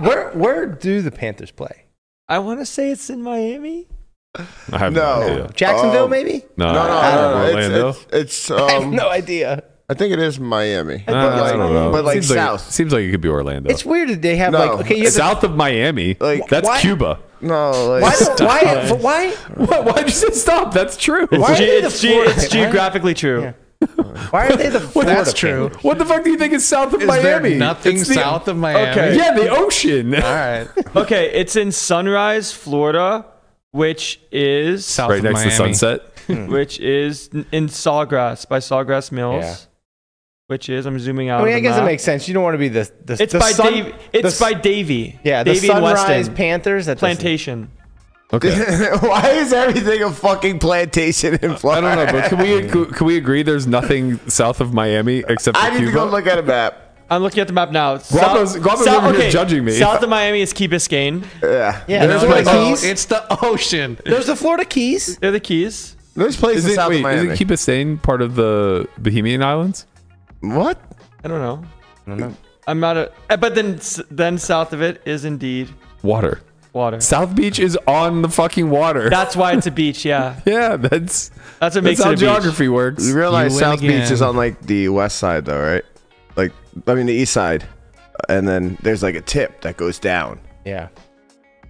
Speaker 3: where where do the Panthers play?
Speaker 4: I want to say it's in Miami.
Speaker 5: I have no,
Speaker 2: No.
Speaker 5: idea.
Speaker 3: Jacksonville,
Speaker 2: Um,
Speaker 3: maybe?
Speaker 5: No,
Speaker 2: No, no,
Speaker 5: Uh, I don't know.
Speaker 2: no, no.
Speaker 5: Orlando.
Speaker 2: It's, it's, it's
Speaker 3: I have
Speaker 2: um,
Speaker 3: no idea.
Speaker 2: I think it is Miami.
Speaker 5: Uh,
Speaker 2: but
Speaker 5: I
Speaker 2: like,
Speaker 5: don't know.
Speaker 2: But like
Speaker 5: seems Like,
Speaker 2: South.
Speaker 5: seems like it could be Orlando.
Speaker 3: It's weird that they have
Speaker 2: No.
Speaker 3: like okay, you have
Speaker 5: South of Miami.
Speaker 2: Like,
Speaker 5: that's
Speaker 3: why-
Speaker 5: Cuba.
Speaker 2: no, like,
Speaker 3: the, why, don't- why why
Speaker 5: Why would you say stop? That's true.
Speaker 4: It's,
Speaker 3: are
Speaker 4: ge-
Speaker 3: they the
Speaker 4: it's, ge-
Speaker 3: Florida-
Speaker 4: it's
Speaker 3: why-
Speaker 4: geographically true.
Speaker 3: why are they the Florida
Speaker 6: That's true.
Speaker 3: Panthers?
Speaker 5: What the fuck do you think is south of
Speaker 6: Is
Speaker 5: Miami?
Speaker 6: there nothing
Speaker 5: It's the-
Speaker 6: south of Miami?
Speaker 4: Okay.
Speaker 5: Yeah, the ocean.
Speaker 6: All right.
Speaker 4: Okay, it's in Sunrise, Florida, which is
Speaker 6: South
Speaker 5: right
Speaker 6: of
Speaker 5: next
Speaker 6: Miami.
Speaker 5: to Sunset.
Speaker 4: which is n- in Sawgrass by Sawgrass Mills.
Speaker 3: Yeah.
Speaker 4: Which is I'm zooming out.
Speaker 3: I mean,
Speaker 4: on
Speaker 3: I
Speaker 4: the
Speaker 3: guess it
Speaker 4: map.
Speaker 3: makes sense. You don't want to be the the
Speaker 4: It's
Speaker 3: the
Speaker 4: by
Speaker 3: sun-
Speaker 4: Davy. It's
Speaker 3: the
Speaker 4: by
Speaker 3: s-
Speaker 4: Davy.
Speaker 3: yeah the
Speaker 4: Davy and
Speaker 3: Sunrise
Speaker 4: Weston
Speaker 3: Panthers that doesn't-
Speaker 4: Plantation.
Speaker 5: Okay.
Speaker 2: why is everything a fucking plantation in
Speaker 5: I
Speaker 2: Florida?
Speaker 5: don't know, but can we can we agree there's nothing south of Miami except for
Speaker 2: I need to
Speaker 5: Cuba?
Speaker 2: go look at a map.
Speaker 4: I'm looking at the map now.
Speaker 5: Guapo's- Guapo's over here judging me.
Speaker 4: South of Miami is Key Biscayne.
Speaker 2: Yeah.
Speaker 3: Yeah,
Speaker 6: No,
Speaker 3: there's
Speaker 6: no,
Speaker 3: the
Speaker 6: no,
Speaker 3: Keys.
Speaker 6: Oh, it's the ocean.
Speaker 3: There's the Florida Keys.
Speaker 4: They're the Keys.
Speaker 2: There's places
Speaker 5: isn't,
Speaker 2: south of
Speaker 5: wait,
Speaker 2: Miami.
Speaker 5: Isn't Key Biscayne part of the Bahamian Islands?
Speaker 2: What?
Speaker 4: I don't know. I'm not a. eh, But then, s- then south of it is indeed
Speaker 5: Water.
Speaker 4: water.
Speaker 5: South Beach is on the fucking water.
Speaker 4: That's why it's a beach. Yeah.
Speaker 5: yeah, that's
Speaker 4: That's what
Speaker 5: that's
Speaker 4: makes
Speaker 5: how
Speaker 4: it a beach.
Speaker 5: geography works.
Speaker 2: You realize
Speaker 6: win
Speaker 2: South Beach is
Speaker 6: again.
Speaker 2: on like the west side, though, right? Like, I mean, the east side. And then there's like a tip that goes down.
Speaker 3: Yeah.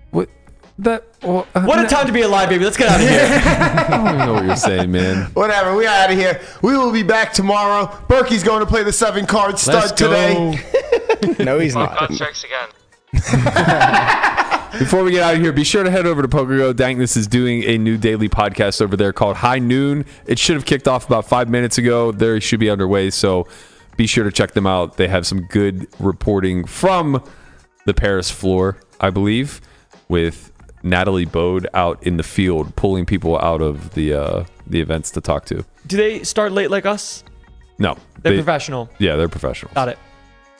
Speaker 5: What that? Well, uh,
Speaker 4: What a time to be alive, baby. Let's get out of here.
Speaker 5: I don't even know what you're saying, man.
Speaker 2: Whatever, we out of here. We will be back tomorrow. Berkey's going to play the seven card stud
Speaker 6: Let's go.
Speaker 2: today.
Speaker 3: No, he's not.
Speaker 5: Before we get out of here, be sure to head over to PokerGo. Dankness is doing a new daily podcast over there called High Noon. It should have kicked off about five minutes ago. They should be underway, so be sure to check them out. They have some good reporting from the Paris floor, I believe, with Natalie Bode out in the field pulling people out of the uh, the events to talk to.
Speaker 4: Do they start late like us?
Speaker 5: No,
Speaker 4: They're
Speaker 5: they-
Speaker 4: professional.
Speaker 5: Yeah, they're professional.
Speaker 4: Got it.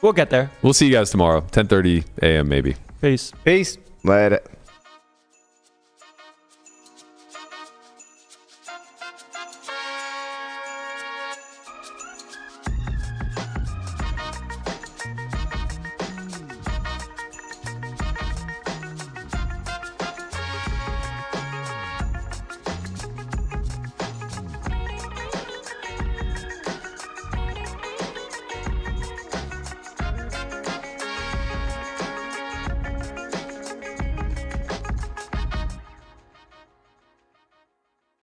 Speaker 4: We'll get there.
Speaker 5: We'll see you guys tomorrow, 10:30 a.m. Maybe.
Speaker 4: Peace.
Speaker 3: Peace.
Speaker 2: Later.